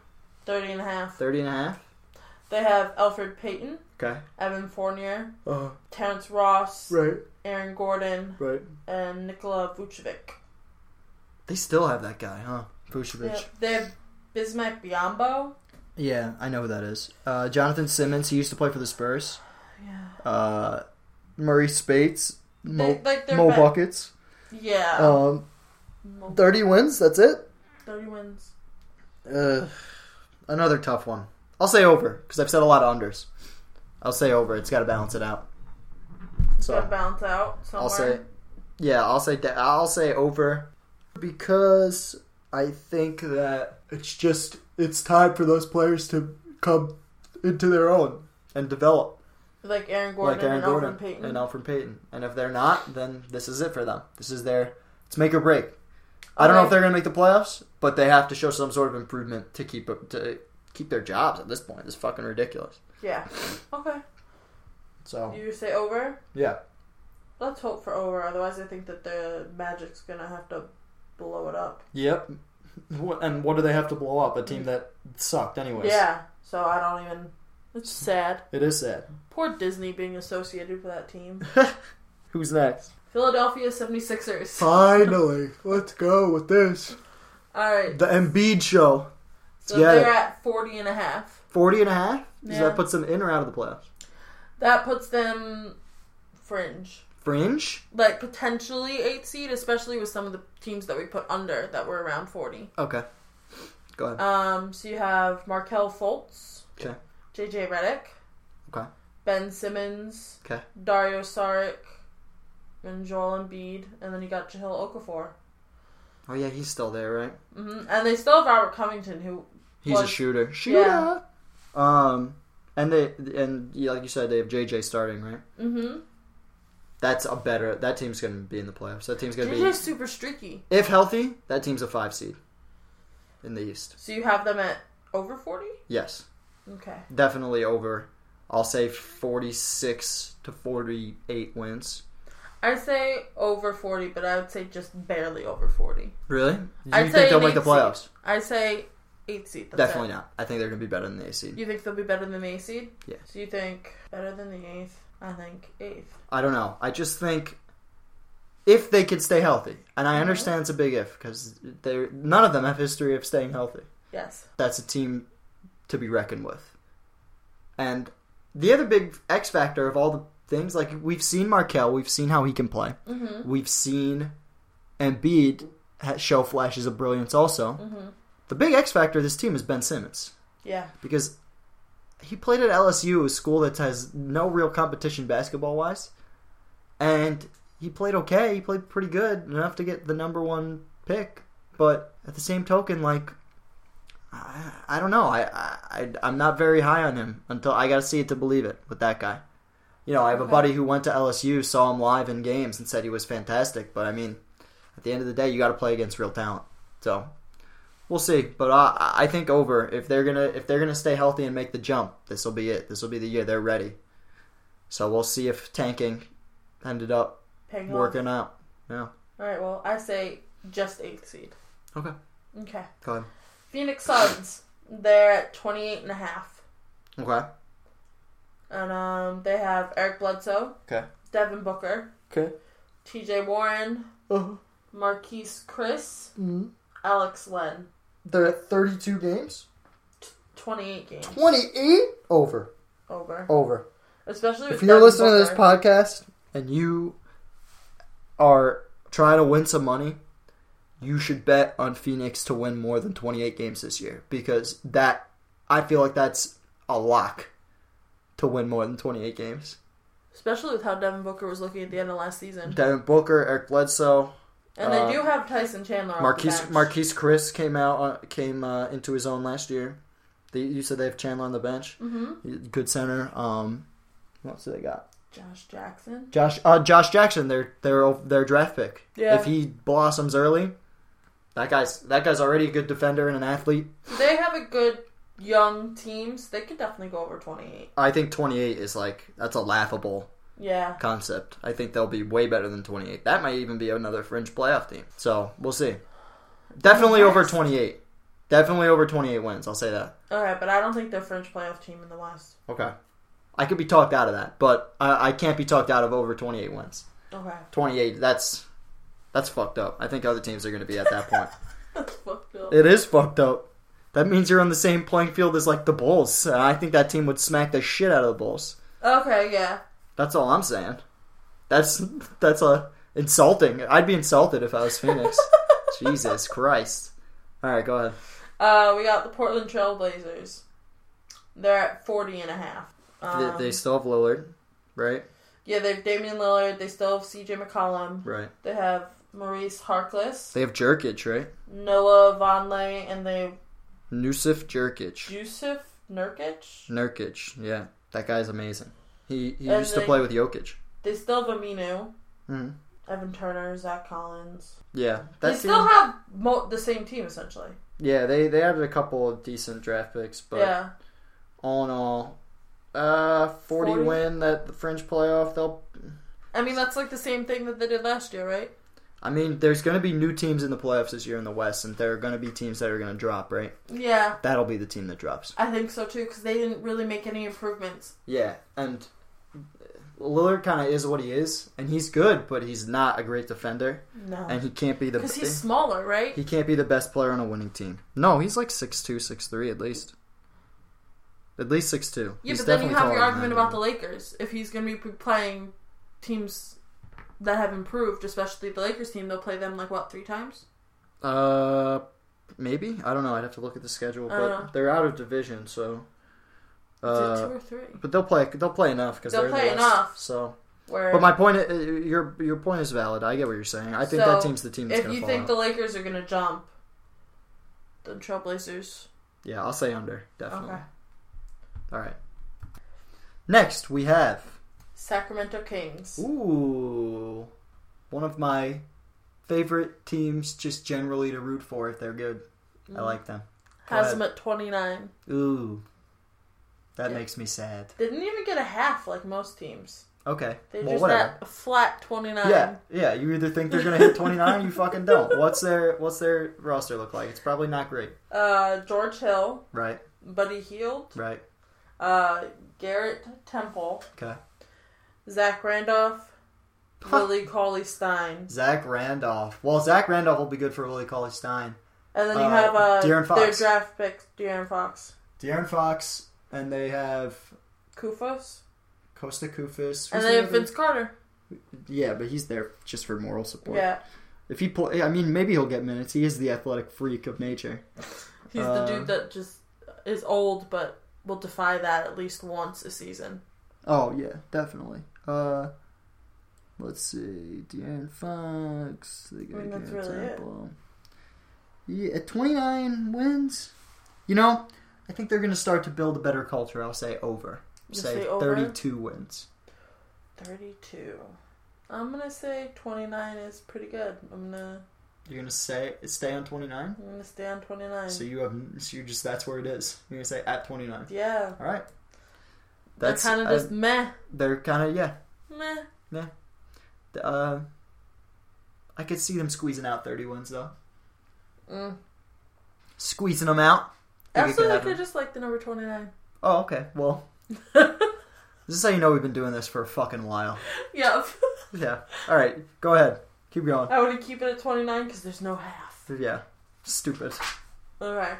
[SPEAKER 3] 30 and a half.
[SPEAKER 2] 30 and a half?
[SPEAKER 3] They have Alfred Payton,
[SPEAKER 2] Okay.
[SPEAKER 3] Evan Fournier,
[SPEAKER 4] Uh,
[SPEAKER 3] Terrence Ross,
[SPEAKER 4] right,
[SPEAKER 3] Aaron Gordon,
[SPEAKER 4] right.
[SPEAKER 3] and Nikola Vucevic.
[SPEAKER 2] They still have that guy, huh? Vucevic.
[SPEAKER 3] Yeah, they have Bismack Biombo.
[SPEAKER 2] Yeah, I know who that is. Uh, Jonathan Simmons. He used to play for the Spurs.
[SPEAKER 3] Yeah.
[SPEAKER 2] Uh, Murray Spates. Mo,
[SPEAKER 3] They- like, they're
[SPEAKER 2] Mo
[SPEAKER 3] back. Oh.
[SPEAKER 2] buckets.
[SPEAKER 3] Yeah.
[SPEAKER 2] Um, 30 wins, that's it.
[SPEAKER 3] 30 wins.
[SPEAKER 2] Uh, another tough one. I'll say over, because I've said a lot of unders. I'll say over. It's got to balance it out.
[SPEAKER 3] Gotta
[SPEAKER 2] So
[SPEAKER 3] bounce out somewhere.
[SPEAKER 2] I'll say, yeah, I'll say da- I'll say over, because I think that
[SPEAKER 4] It's just, it's time for those players to come into their own.
[SPEAKER 2] and develop
[SPEAKER 3] Like Aaron Gordon
[SPEAKER 2] like Aaron
[SPEAKER 3] and
[SPEAKER 2] Gordon
[SPEAKER 3] Alvin Payton.
[SPEAKER 2] and Alfred Payton, and if they're not, then this is it for them. This is their it's make or break. I don't know
[SPEAKER 3] Okay.
[SPEAKER 2] if they're going to make the playoffs, but they have to show some sort of improvement to keep up to keep their jobs at this point. It's fucking ridiculous.
[SPEAKER 3] yeah. Okay.
[SPEAKER 2] So
[SPEAKER 3] You say over?
[SPEAKER 2] yeah,
[SPEAKER 3] Let's hope for over. Otherwise, I think that the Magic's gonna have to blow it up.
[SPEAKER 2] yep. What- And what do they have to blow up? A team that sucked, anyways.
[SPEAKER 3] Yeah. So I don't even. It's sad.
[SPEAKER 2] it is sad.
[SPEAKER 3] Poor Disney being associated with that team.
[SPEAKER 2] Who's next?
[SPEAKER 3] Philadelphia 76ers.
[SPEAKER 4] Finally, let's go with this.
[SPEAKER 3] All right.
[SPEAKER 2] The Embiid show.
[SPEAKER 3] So
[SPEAKER 2] Yeah.
[SPEAKER 3] they're at 40 and a half.
[SPEAKER 2] 40 and a half? Does
[SPEAKER 3] Yeah.
[SPEAKER 2] that put them in or out of the playoffs?
[SPEAKER 3] That puts them fringe.
[SPEAKER 2] Fringe?
[SPEAKER 3] Like potentially eight seed, especially with some of the teams that we put under that were around 40.
[SPEAKER 2] Okay. Go ahead.
[SPEAKER 3] Um, so you have Markel Fultz,
[SPEAKER 2] Okay.
[SPEAKER 3] JJ Redick,
[SPEAKER 2] Okay.
[SPEAKER 3] Ben Simmons,
[SPEAKER 2] Okay.
[SPEAKER 3] Dario Saric, and Joel Embiid, and then you got Jahil Okafor.
[SPEAKER 2] Oh, yeah, he's still there, right?
[SPEAKER 3] hmm And they still have Robert Covington, who
[SPEAKER 2] He's a
[SPEAKER 3] Was-
[SPEAKER 2] shooter. Shooter!
[SPEAKER 3] Yeah.
[SPEAKER 2] Um, and they, and yeah, like you said, they have JJ starting, right?
[SPEAKER 3] mm-hmm.
[SPEAKER 2] That's a better, that team's going to be in the playoffs. That team's going to
[SPEAKER 3] JJ's
[SPEAKER 2] be,
[SPEAKER 3] super streaky.
[SPEAKER 2] if healthy, that team's a five seed in the East.
[SPEAKER 3] So you have them at over forty.
[SPEAKER 2] Yes.
[SPEAKER 3] Okay.
[SPEAKER 2] Definitely over, I'll say 46 to 48 wins.
[SPEAKER 3] I'd say over 40, but I would say just barely over 40.
[SPEAKER 2] Really? You
[SPEAKER 3] I'd
[SPEAKER 2] think
[SPEAKER 3] say
[SPEAKER 2] they'll
[SPEAKER 3] an
[SPEAKER 2] make the
[SPEAKER 3] eight seed.
[SPEAKER 2] playoffs?
[SPEAKER 3] I'd say 8 seed. That's
[SPEAKER 2] Definitely
[SPEAKER 3] it.
[SPEAKER 2] not. I think they're going to be better than the A seed.
[SPEAKER 3] You think they'll be better than the 8 seed?
[SPEAKER 2] Yeah.
[SPEAKER 3] So you think better than the 8th? I think 8th.
[SPEAKER 2] I don't know. I just think if they could stay healthy, and
[SPEAKER 3] Mm-hmm.
[SPEAKER 2] I understand it's a big if because they none of them have history of staying healthy.
[SPEAKER 3] Yes.
[SPEAKER 2] That's a team to be reckoned with. And the other big X factor of all the things, like we've seen Markel, we've seen how he can play,
[SPEAKER 3] Mhm.
[SPEAKER 2] we've seen Embiid ha- show flashes of brilliance. Also,
[SPEAKER 3] Mhm.
[SPEAKER 2] the big X factor of this team is Ben Simmons
[SPEAKER 3] Yeah.
[SPEAKER 2] because he played at LSU, a school that has no real competition basketball wise, and he played okay. He played pretty good enough to get the number one pick. But at the same token, like I, I don't know, I, I I'm not very high on him until I got to see it to believe it with that guy. You know, I have a
[SPEAKER 3] Okay.
[SPEAKER 2] buddy who went to LSU, saw him live in games, and said he was fantastic. But I mean, at the end of the day, you got to play against real talent. So we'll see. But I, I think over if they're gonna if they're gonna stay healthy and make the jump, this will be it. This will be the year they're ready. So we'll see if tanking ended up
[SPEAKER 3] Paying
[SPEAKER 2] working out. Yeah.
[SPEAKER 3] All right, well, I say just 8th seed.
[SPEAKER 2] Okay.
[SPEAKER 3] Okay.
[SPEAKER 2] Go ahead.
[SPEAKER 3] Phoenix Suns. They're at 28 and a half.
[SPEAKER 2] Okay.
[SPEAKER 3] And um, they have Eric Bledsoe.
[SPEAKER 2] Okay.
[SPEAKER 3] Devin Booker.
[SPEAKER 2] Okay.
[SPEAKER 3] TJ Warren.
[SPEAKER 2] Uh-huh.
[SPEAKER 3] Marquise Chris.
[SPEAKER 2] Mhm.
[SPEAKER 3] Alex Len.
[SPEAKER 2] They're at 32 games.
[SPEAKER 3] 28 games
[SPEAKER 2] 28 over.
[SPEAKER 3] over.
[SPEAKER 2] Over.
[SPEAKER 3] Especially with
[SPEAKER 2] If you're
[SPEAKER 3] Devin
[SPEAKER 2] listening to this
[SPEAKER 3] Booker.
[SPEAKER 2] podcast and you are trying to win some money, you should bet on Phoenix to win more than 28 games this year because that I feel like that's a lock to win more than 28 games.
[SPEAKER 3] especially with how Devin Booker was looking at the end of last season.
[SPEAKER 2] Devin Booker, Eric Bledsoe,
[SPEAKER 3] And they
[SPEAKER 2] uh,
[SPEAKER 3] do have Tyson Chandler. Marquise,
[SPEAKER 2] Marquise Marquise Chris came out uh, came uh, into his own last year. They, you said they have Chandler on the bench,
[SPEAKER 3] hmm
[SPEAKER 2] good center. Um, what else do they got?
[SPEAKER 3] Josh Jackson.
[SPEAKER 2] Josh uh, Josh Jackson, their their their draft pick.
[SPEAKER 3] Yeah.
[SPEAKER 2] If he blossoms early, that guy's that guy's already a good defender and an athlete.
[SPEAKER 3] They have a good young team, so they could definitely go over 28.
[SPEAKER 2] I think 28 is like that's a laughable
[SPEAKER 3] Yeah.
[SPEAKER 2] concept. I think they'll be way better than 28. That might even be another fringe playoff team. So we'll see. Definitely over 28. Definitely over 28 wins. I'll say that.
[SPEAKER 3] Alright, but I don't think they're French playoff team in the West.
[SPEAKER 2] Okay. I could be talked out of that, but I, I can't be talked out of over 28 wins.
[SPEAKER 3] Okay.
[SPEAKER 2] 28. That's that's fucked up. I think other teams are going to be at that point.
[SPEAKER 3] That's fucked up.
[SPEAKER 2] It is fucked up. That means you're on the same playing field as like the Bulls. And I think that team would smack the shit out of the Bulls.
[SPEAKER 3] Okay, yeah.
[SPEAKER 2] That's all I'm saying. That's that's a insulting. I'd be insulted if I was Phoenix. Jesus Christ. All right, go ahead.
[SPEAKER 3] Uh, we got the Portland Trail Blazers. They're at 40 and a half. Um,
[SPEAKER 2] they, they still have Lillard, right?
[SPEAKER 3] yeah, they have Damian Lillard. They still have CJ McCollum.
[SPEAKER 2] Right.
[SPEAKER 3] They have Maurice Harkless,
[SPEAKER 2] They have Jerkic, right?
[SPEAKER 3] Noah Vonleh, and they have
[SPEAKER 2] Nusif Jerkic,
[SPEAKER 3] Yusuf Nurkic.
[SPEAKER 2] Nurkic. Yeah, that guy's amazing. He he
[SPEAKER 3] And
[SPEAKER 2] used to
[SPEAKER 3] they-
[SPEAKER 2] play with Jokic.
[SPEAKER 3] They still have Aminu,
[SPEAKER 2] Mhm.
[SPEAKER 3] Evan Turner, Zach Collins.
[SPEAKER 2] Yeah,
[SPEAKER 3] They
[SPEAKER 2] that team.
[SPEAKER 3] still have mo- the same team essentially.
[SPEAKER 2] yeah, they they added a couple of decent draft picks, but
[SPEAKER 3] yeah,
[SPEAKER 2] all in all, uh, 40,
[SPEAKER 3] 40?
[SPEAKER 2] win that the French playoff. They'll.
[SPEAKER 3] I mean, that's like the same thing that they did last year, right?
[SPEAKER 2] I mean, there's going to be new teams in the playoffs this year in the West, and there are going to be teams that are going to drop. Right,
[SPEAKER 3] Yeah,
[SPEAKER 2] that'll be the team that drops.
[SPEAKER 3] I think so too because they didn't really make any improvements.
[SPEAKER 2] Yeah, and Lillard kind of is what he is, and he's good, but he's not a great defender,
[SPEAKER 3] No,
[SPEAKER 2] and he can't be the.
[SPEAKER 3] because he's smaller, right?
[SPEAKER 2] He can't be the best player on a winning team. No, he's like 6'2", 6'3", at least. At least 6'2".
[SPEAKER 3] Yeah,
[SPEAKER 2] he's
[SPEAKER 3] but then you
[SPEAKER 2] definitely
[SPEAKER 3] have
[SPEAKER 2] taller
[SPEAKER 3] your
[SPEAKER 2] than
[SPEAKER 3] argument
[SPEAKER 2] that.
[SPEAKER 3] about the Lakers. If he's going to be playing teams that have improved, especially the Lakers team, they'll play them like what three times?
[SPEAKER 2] Uh, maybe I don't know. I'd have to look at the schedule, but
[SPEAKER 3] Uh.
[SPEAKER 2] they're out of division, so.
[SPEAKER 3] Is
[SPEAKER 2] Uh,
[SPEAKER 3] it two or three?
[SPEAKER 2] but they'll play. They'll play enough because
[SPEAKER 3] They'll
[SPEAKER 2] they're in the
[SPEAKER 3] play
[SPEAKER 2] West,
[SPEAKER 3] enough.
[SPEAKER 2] So,
[SPEAKER 3] Where
[SPEAKER 2] but my point, i- your your point is valid. I get what you're saying. I think
[SPEAKER 3] So,
[SPEAKER 2] that team's the team that's
[SPEAKER 3] if
[SPEAKER 2] going to
[SPEAKER 3] you
[SPEAKER 2] fall
[SPEAKER 3] think
[SPEAKER 2] out.
[SPEAKER 3] the Lakers are going to jump, the Trailblazers.
[SPEAKER 2] Yeah, I'll say under definitely.
[SPEAKER 3] Okay.
[SPEAKER 2] All right. Next we have
[SPEAKER 3] Sacramento Kings.
[SPEAKER 2] ooh, one of my favorite teams just generally to root for if they're good. I
[SPEAKER 3] Mm.
[SPEAKER 2] like them.
[SPEAKER 3] Has
[SPEAKER 2] ahead.
[SPEAKER 3] them at 29.
[SPEAKER 2] Ooh, that
[SPEAKER 3] Yeah.
[SPEAKER 2] makes me sad.
[SPEAKER 3] They didn't even get a half like most teams.
[SPEAKER 2] Okay,
[SPEAKER 3] They're
[SPEAKER 2] well
[SPEAKER 3] just
[SPEAKER 2] whatever.
[SPEAKER 3] at flat 29.
[SPEAKER 2] Yeah, yeah. You either think they're gonna hit 29, you fucking don't. What's their What's their roster look like? It's probably not great.
[SPEAKER 3] Uh, George Hill,
[SPEAKER 2] Right,
[SPEAKER 3] Buddy Heald,
[SPEAKER 2] right.
[SPEAKER 3] uh, Garrett Temple,
[SPEAKER 2] Okay.
[SPEAKER 3] Zach Randolph, Willie Cauley Stein.
[SPEAKER 2] Zach Randolph. Well, Zach Randolph will be good for Willie Cauley Stein.
[SPEAKER 3] And then you
[SPEAKER 2] Uh,
[SPEAKER 3] have uh,
[SPEAKER 2] De'Aaron
[SPEAKER 3] their
[SPEAKER 2] Fox.
[SPEAKER 3] draft picks De'Aaron Fox,
[SPEAKER 2] De'Aaron Fox, and they have
[SPEAKER 3] Kufos,
[SPEAKER 2] Costa Kufis. Who's
[SPEAKER 3] and
[SPEAKER 2] the
[SPEAKER 3] then
[SPEAKER 2] other-
[SPEAKER 3] Vince Carter.
[SPEAKER 2] Yeah, but he's there just for moral support.
[SPEAKER 3] Yeah,
[SPEAKER 2] If he play, I mean, maybe he'll get minutes. He is the athletic freak of nature.
[SPEAKER 3] he's
[SPEAKER 2] Uh,
[SPEAKER 3] the dude that just is old but will defy that at least once a season.
[SPEAKER 2] Oh yeah, definitely. Uh, let's see, De'Aaron Fox. They got
[SPEAKER 3] I mean, that's
[SPEAKER 2] Garrett
[SPEAKER 3] really it.
[SPEAKER 2] Temple. Yeah, at 29 wins. You know, I think they're going to start to build a better culture. I'll say over.
[SPEAKER 3] You
[SPEAKER 2] Say,
[SPEAKER 3] say over?
[SPEAKER 2] 32 wins.
[SPEAKER 3] 32. I'm gonna say 29 is pretty good. I'm gonna
[SPEAKER 2] You're going to say stay on 29.
[SPEAKER 3] I'm gonna stay on 29.
[SPEAKER 2] So you have so you just that's where it is. You're going to say at 29.
[SPEAKER 3] yeah,
[SPEAKER 2] All right. That's
[SPEAKER 3] that's kind of
[SPEAKER 2] uh,
[SPEAKER 3] just meh,
[SPEAKER 2] they're kind of yeah.
[SPEAKER 3] meh.
[SPEAKER 2] Uh, I could see them squeezing out 30 wins though.
[SPEAKER 3] Mm.
[SPEAKER 2] Squeezing them out. Think it could
[SPEAKER 3] Actually, like
[SPEAKER 2] happen.
[SPEAKER 3] I just like the number 29.
[SPEAKER 2] Oh, okay. Well, this is how you know we've been doing this for a fucking while.
[SPEAKER 3] yep.
[SPEAKER 2] Yeah. All right. Go ahead. Keep going.
[SPEAKER 3] I want to keep it at 29 because there's no half.
[SPEAKER 2] Yeah. Stupid.
[SPEAKER 3] All right.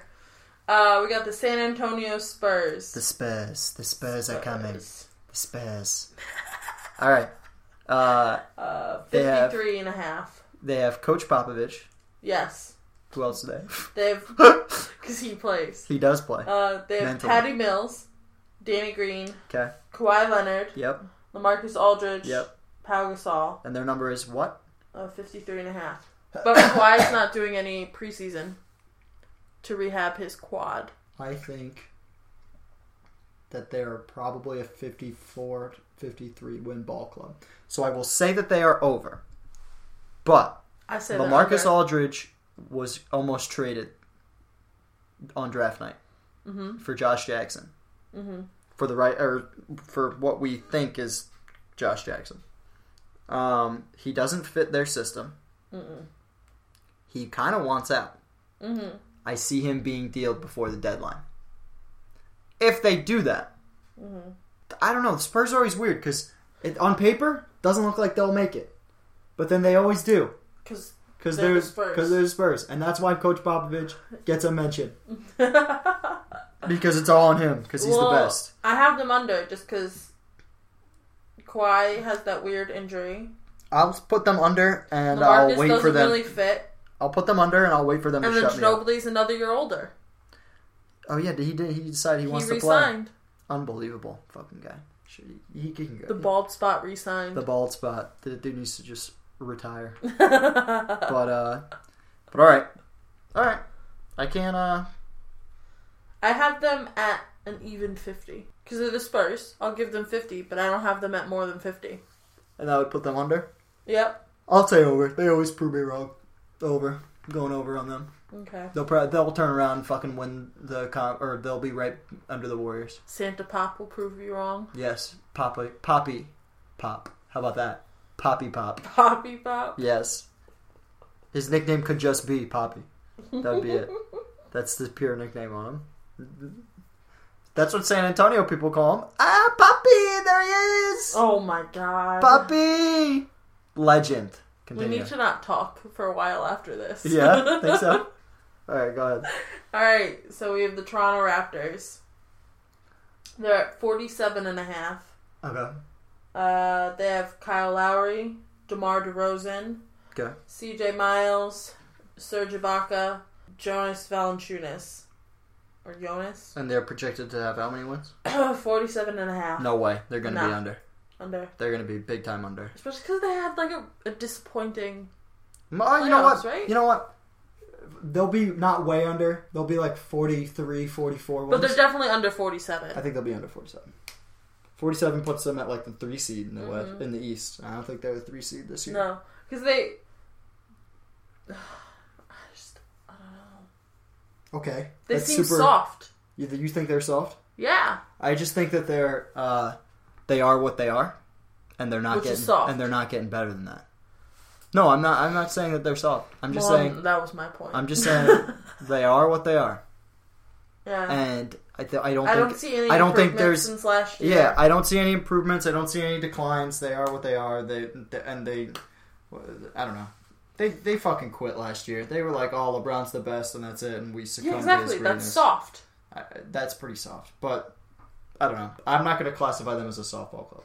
[SPEAKER 3] Uh, we got the San Antonio Spurs.
[SPEAKER 2] The Spurs. The Spurs are coming. The
[SPEAKER 3] Spurs.
[SPEAKER 2] Spurs. All right. Uh,
[SPEAKER 3] Uh,
[SPEAKER 2] They have-
[SPEAKER 3] 53 and a half.
[SPEAKER 2] they have Coach Popovich.
[SPEAKER 3] Yes.
[SPEAKER 2] Who else do they have?
[SPEAKER 3] They have, because he plays.
[SPEAKER 2] He does play.
[SPEAKER 3] Uh, they have
[SPEAKER 2] Mental.
[SPEAKER 3] Patty Mills, Danny Green,
[SPEAKER 2] Okay.
[SPEAKER 3] Kawhi Leonard,
[SPEAKER 2] Yep.
[SPEAKER 3] Lamarcus Aldridge,
[SPEAKER 2] Yep.
[SPEAKER 3] Pau Gasol,
[SPEAKER 2] And their number is what?
[SPEAKER 3] uh, 53 and a half. But Kawhi's not doing any preseason to rehab his quad.
[SPEAKER 2] I think that they are probably a 54 53 win ball club. So I will say that they are over. But
[SPEAKER 3] I said that
[SPEAKER 2] Lamarcus
[SPEAKER 3] under.
[SPEAKER 2] Aldridge was almost traded on draft night
[SPEAKER 3] Mm-hmm.
[SPEAKER 2] for Josh Jackson for the right or for what we think is Josh Jackson. Um, he doesn't fit their system. He kind of wants out.
[SPEAKER 3] Mm-hmm.
[SPEAKER 2] I see him being dealed before the deadline. If they do that,
[SPEAKER 3] Mm-hmm.
[SPEAKER 2] I don't know. The Spurs are always weird because on paper doesn't look like they'll make it, but then they always do.
[SPEAKER 3] 'Cause-
[SPEAKER 2] Because
[SPEAKER 3] They're the
[SPEAKER 2] there's
[SPEAKER 3] Spurs.
[SPEAKER 2] because there's Spurs, and that's why Coach Popovich gets a mention because it's all on him because he's
[SPEAKER 3] Well,
[SPEAKER 2] the best.
[SPEAKER 3] I have them under just because Kawhi has that weird injury.
[SPEAKER 2] I'll put them under, and
[SPEAKER 3] Lamarcus
[SPEAKER 2] I'll wait
[SPEAKER 3] doesn't
[SPEAKER 2] for them.
[SPEAKER 3] really fit.
[SPEAKER 2] I'll put them under, and I'll wait for them
[SPEAKER 3] And
[SPEAKER 2] to
[SPEAKER 3] then
[SPEAKER 2] shut me up.
[SPEAKER 3] Ginobili's another year older.
[SPEAKER 2] Oh yeah, he did. He decided he,
[SPEAKER 3] He
[SPEAKER 2] wants to play.
[SPEAKER 3] resigned.
[SPEAKER 2] Unbelievable, fucking guy. Should He, he can go.
[SPEAKER 3] The bald spot resigned.
[SPEAKER 2] the bald spot. The dude needs to just retire. but uh, but all right, all right. I can't. Uh,
[SPEAKER 3] I have them at an even 50. Because they're the Spurs. I'll give them 50, but I don't have them at more than 50.
[SPEAKER 2] and I would put them under.
[SPEAKER 3] Yep.
[SPEAKER 2] I'll say over. They always prove me wrong. Over. I'm going over on them.
[SPEAKER 3] Okay.
[SPEAKER 2] They'll pro- they'll turn around and fucking win the con- or they'll be right under the Warriors.
[SPEAKER 3] Santa Pop will prove you wrong.
[SPEAKER 2] Yes, Poppy, Poppy, Pop. How about that? Poppy Pop.
[SPEAKER 3] Poppy Pop.
[SPEAKER 2] Yes. His nickname could just be Poppy. That would be it. That's the pure nickname on him. That's what San Antonio people call him. Ah, Poppy! There he is!
[SPEAKER 3] Oh my god.
[SPEAKER 2] Poppy! Legend.
[SPEAKER 3] We
[SPEAKER 2] Continue.
[SPEAKER 3] need to not talk for a while after this.
[SPEAKER 2] yeah, think so? Alright, go ahead.
[SPEAKER 3] Alright, so we have the Toronto Raptors. They're at 47 and a half.
[SPEAKER 2] Okay.
[SPEAKER 3] Uh, they have Kyle Lowry, DeMar DeRozan,
[SPEAKER 2] Okay.
[SPEAKER 3] CJ Miles, Serge Ibaka, Jonas Valanciunas. Or Jonas?
[SPEAKER 2] And they're projected to have how many wins?
[SPEAKER 3] 47 and a half.
[SPEAKER 2] No way. They're going to be
[SPEAKER 3] No.
[SPEAKER 2] under.
[SPEAKER 3] Under.
[SPEAKER 2] They're going to be big time under.
[SPEAKER 3] Especially because they had like a, a disappointing.
[SPEAKER 2] Oh, you know what?
[SPEAKER 3] Playoffs, right?
[SPEAKER 2] You know what? They'll be not way under. They'll be like 43, 44 wins.
[SPEAKER 3] But they're definitely under
[SPEAKER 2] I
[SPEAKER 3] 47.
[SPEAKER 2] think they'll be under 47. 47 puts them at like the three seed in the west, in the east. I don't think they're the three seed this year.
[SPEAKER 3] Mm-hmm. No. Because they. I just. I don't know.
[SPEAKER 2] Okay,
[SPEAKER 3] They
[SPEAKER 2] That's
[SPEAKER 3] seem soft.
[SPEAKER 2] You, you think they're soft?
[SPEAKER 3] Yeah.
[SPEAKER 2] I just think that they're uh, they are what they are, and they're not
[SPEAKER 3] Which is
[SPEAKER 2] getting
[SPEAKER 3] soft.
[SPEAKER 2] and they're not getting better than that. No, I'm not. I'm not saying that they're soft. I'm just
[SPEAKER 3] Well,
[SPEAKER 2] saying.
[SPEAKER 3] That was my point.
[SPEAKER 2] I'm just saying they are what they are,
[SPEAKER 3] yeah.
[SPEAKER 2] and I, th- I don't.
[SPEAKER 3] I
[SPEAKER 2] think,
[SPEAKER 3] don't see any.
[SPEAKER 2] I don't think
[SPEAKER 3] improvement
[SPEAKER 2] there's.
[SPEAKER 3] since last year.
[SPEAKER 2] Yeah, I don't see any improvements. I don't see any declines. They are what they are. They, they and they, I don't know. They they fucking quit last year. They were like, "Oh, LeBron's the best, and that's it." And we succumbed
[SPEAKER 3] Yeah,
[SPEAKER 2] to his
[SPEAKER 3] exactly.
[SPEAKER 2] greatness.
[SPEAKER 3] That's soft.
[SPEAKER 2] I, that's pretty soft, but I don't know. I'm not going to classify them as a softball club.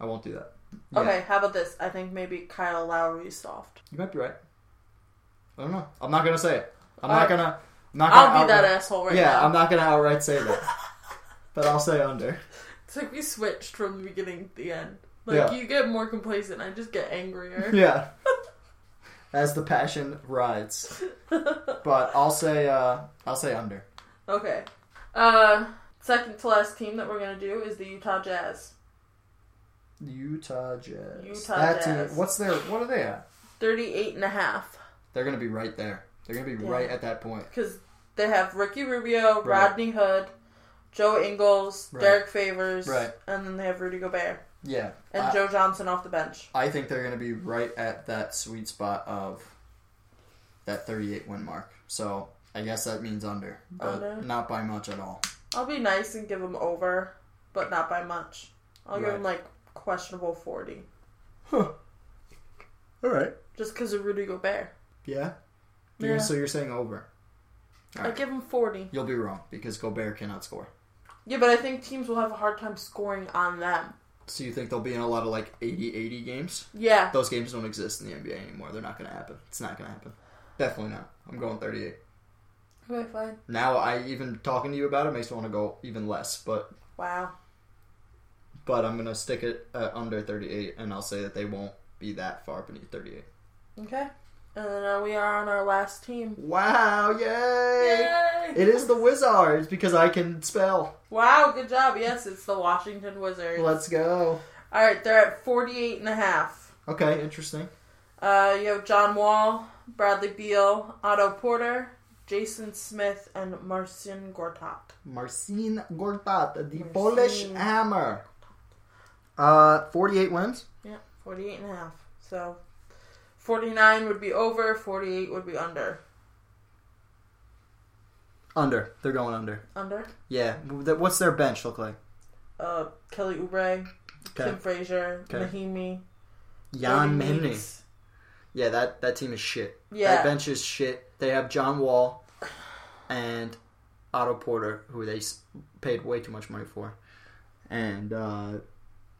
[SPEAKER 2] I won't do that. Yeah,
[SPEAKER 3] Okay, how about this? I think maybe Kyle Lowry is soft.
[SPEAKER 2] you might be right. I don't know. I'm not going to say it. I'm
[SPEAKER 3] All
[SPEAKER 2] not
[SPEAKER 3] right.
[SPEAKER 2] gonna. I'm not gonna
[SPEAKER 3] I'll be that
[SPEAKER 2] outright-
[SPEAKER 3] asshole right
[SPEAKER 2] yeah,
[SPEAKER 3] now.
[SPEAKER 2] I'm not gonna outright say that, but I'll say under.
[SPEAKER 3] It's like we switched from the beginning to the end. Like
[SPEAKER 2] Yeah.
[SPEAKER 3] you get more complacent, I just get angrier.
[SPEAKER 2] Yeah. As the passion rides. But I'll say uh I'll say under.
[SPEAKER 3] Okay. Uh second to last team that we're gonna do is the Utah Jazz.
[SPEAKER 2] Utah Jazz.
[SPEAKER 3] Utah Jazz.
[SPEAKER 2] what's their what are they at?
[SPEAKER 3] 38 and a half.
[SPEAKER 2] They're gonna be right there. They're gonna be
[SPEAKER 3] Yeah.
[SPEAKER 2] right at that point.
[SPEAKER 3] Because they have Ricky Rubio,
[SPEAKER 2] Right.
[SPEAKER 3] Rodney Hood, Joe Ingles,
[SPEAKER 2] Right.
[SPEAKER 3] Derek Favors,
[SPEAKER 2] Right.
[SPEAKER 3] and then they have Rudy Gobert
[SPEAKER 2] Yeah.
[SPEAKER 3] and
[SPEAKER 2] I,
[SPEAKER 3] Joe Johnson off the bench.
[SPEAKER 2] I think they're gonna be right at that sweet spot of that thirty eight win mark. So I guess that means under. But
[SPEAKER 3] Under.
[SPEAKER 2] not by much at all.
[SPEAKER 3] I'll be nice and give them over, but not by much. I'll give
[SPEAKER 2] Right.
[SPEAKER 3] them like questionable 40.
[SPEAKER 2] Alright.
[SPEAKER 3] Just because of Rudy Gobert.
[SPEAKER 2] Yeah?
[SPEAKER 3] You're- Yeah. so
[SPEAKER 2] you're saying over.
[SPEAKER 3] I give him 40.
[SPEAKER 2] You'll be wrong because Gobert cannot score.
[SPEAKER 3] Yeah, but I think teams will have a hard time scoring on them.
[SPEAKER 2] So you think they'll be in a lot of like 80-80 games?
[SPEAKER 3] Yeah.
[SPEAKER 2] Those games don't exist in the NBA anymore. They're not going to happen. It's not going to happen. Definitely not. I'm going 38.
[SPEAKER 3] Okay, fine.
[SPEAKER 2] Now I even talking to you about it makes me want to go even less, but
[SPEAKER 3] Wow.
[SPEAKER 2] but I'm going to stick it at under 38 and I'll say that they won't be that far beneath 38.
[SPEAKER 3] Okay. And then uh, we are on our last team.
[SPEAKER 2] Wow, yay!
[SPEAKER 3] Yay!
[SPEAKER 2] It is the Wizards because I can spell.
[SPEAKER 3] Wow, good job. Yes, it's the Washington Wizards.
[SPEAKER 2] Let's go.
[SPEAKER 3] All right, they're at 48 and a half.
[SPEAKER 2] Okay, interesting.
[SPEAKER 3] Uh, you have John Wall, Bradley Beal, Otto Porter, Jason Smith, and Marcin Gortat.
[SPEAKER 2] Marcin Gortat, the
[SPEAKER 3] Marcin.
[SPEAKER 2] Polish hammer. Uh 48 wins?
[SPEAKER 3] Yeah, 48 and a half. So 49 would be over, 48 would be under.
[SPEAKER 2] Under. They're going under.
[SPEAKER 3] Under?
[SPEAKER 2] Yeah. Th- What's their bench look like?
[SPEAKER 3] Uh, Kelly Oubre, Tim
[SPEAKER 2] Okay.
[SPEAKER 3] Frazier,
[SPEAKER 2] Okay.
[SPEAKER 3] Nahimi,
[SPEAKER 2] Jan
[SPEAKER 3] Jody
[SPEAKER 2] Mimney.
[SPEAKER 3] Meeks.
[SPEAKER 2] Yeah, that, that team is shit.
[SPEAKER 3] Yeah.
[SPEAKER 2] That bench is shit. They have John Wall and Otto Porter, who they s- paid way too much money for. And, uh,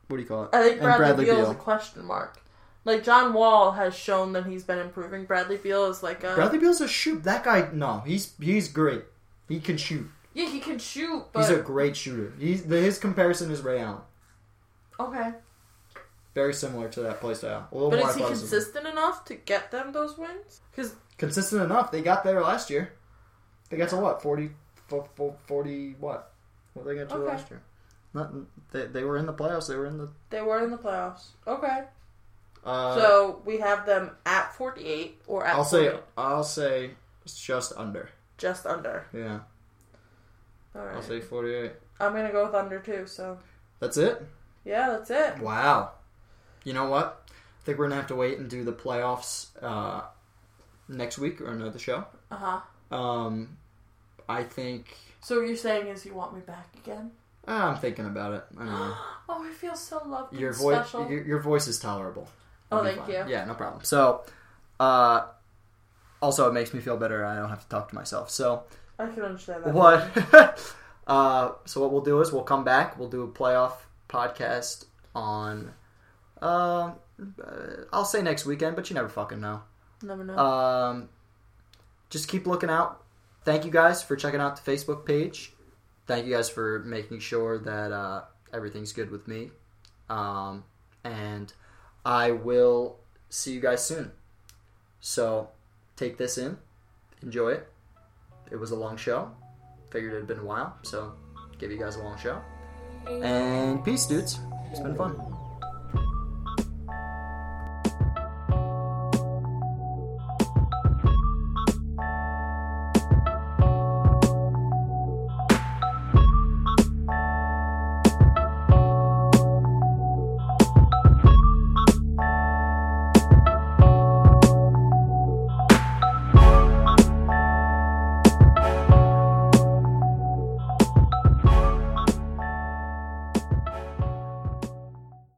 [SPEAKER 2] what do you call it?
[SPEAKER 3] I think
[SPEAKER 2] and
[SPEAKER 3] Bradley, Beal, is a question mark. Like John Wall has shown that he's been improving. Bradley Beal is like a
[SPEAKER 2] Bradley Beal's a shoot. That guy, no, he's he's great. He can shoot.
[SPEAKER 3] yeah, he can shoot, but
[SPEAKER 2] he's a great shooter. He's, the, his comparison is Ray Allen.
[SPEAKER 3] okay.
[SPEAKER 2] Very similar to that play style. A little
[SPEAKER 3] But
[SPEAKER 2] more
[SPEAKER 3] is he
[SPEAKER 2] athleticism.
[SPEAKER 3] consistent enough to get them those wins? Because
[SPEAKER 2] consistent enough. They got there last year. They got to what 40, fo- fo- 40 what? What they got to
[SPEAKER 3] Okay.
[SPEAKER 2] last year? Not, they, they were in the playoffs. They were in the.
[SPEAKER 3] they were in the playoffs. Okay,
[SPEAKER 2] Uh,
[SPEAKER 3] so we have them at forty-eight or at.
[SPEAKER 2] I'll say
[SPEAKER 3] 48.
[SPEAKER 2] I'll say It's just under.
[SPEAKER 3] Just under.
[SPEAKER 2] Yeah.
[SPEAKER 3] All
[SPEAKER 2] I'll
[SPEAKER 3] right.
[SPEAKER 2] say 48.
[SPEAKER 3] I'm gonna go with under too. So
[SPEAKER 2] That's it?
[SPEAKER 3] yeah, that's it.
[SPEAKER 2] Wow. You know what? I think we're going to have to wait and do the playoffs uh, next week or another show.
[SPEAKER 3] Uh huh.
[SPEAKER 2] Um, I think.
[SPEAKER 3] So what you're saying is you want me back again?
[SPEAKER 2] ah, I'm thinking about it. I don't know.
[SPEAKER 3] Oh, I feel so loved
[SPEAKER 2] Your
[SPEAKER 3] and
[SPEAKER 2] voice,
[SPEAKER 3] special.
[SPEAKER 2] your, your voice is tolerable.
[SPEAKER 3] Oh,
[SPEAKER 2] It'll be
[SPEAKER 3] thank
[SPEAKER 2] fine.
[SPEAKER 3] you.
[SPEAKER 2] Yeah, no problem. So, uh, also it makes me feel better. I don't have to talk to myself. So,
[SPEAKER 3] I can understand that.
[SPEAKER 2] what? uh, so what we'll do is we'll come back. We'll do a playoff podcast on. Uh, uh, I'll say next weekend, but you never fucking know.
[SPEAKER 3] Never know.
[SPEAKER 2] Um, just keep looking out. Thank you guys for checking out the Facebook page. Thank you guys for making sure that uh, everything's good with me. Um, and I will see you guys soon. So take this in, enjoy it. It was a long show. Figured it had been a while, so give you guys a long show. And peace, dudes. It's been fun.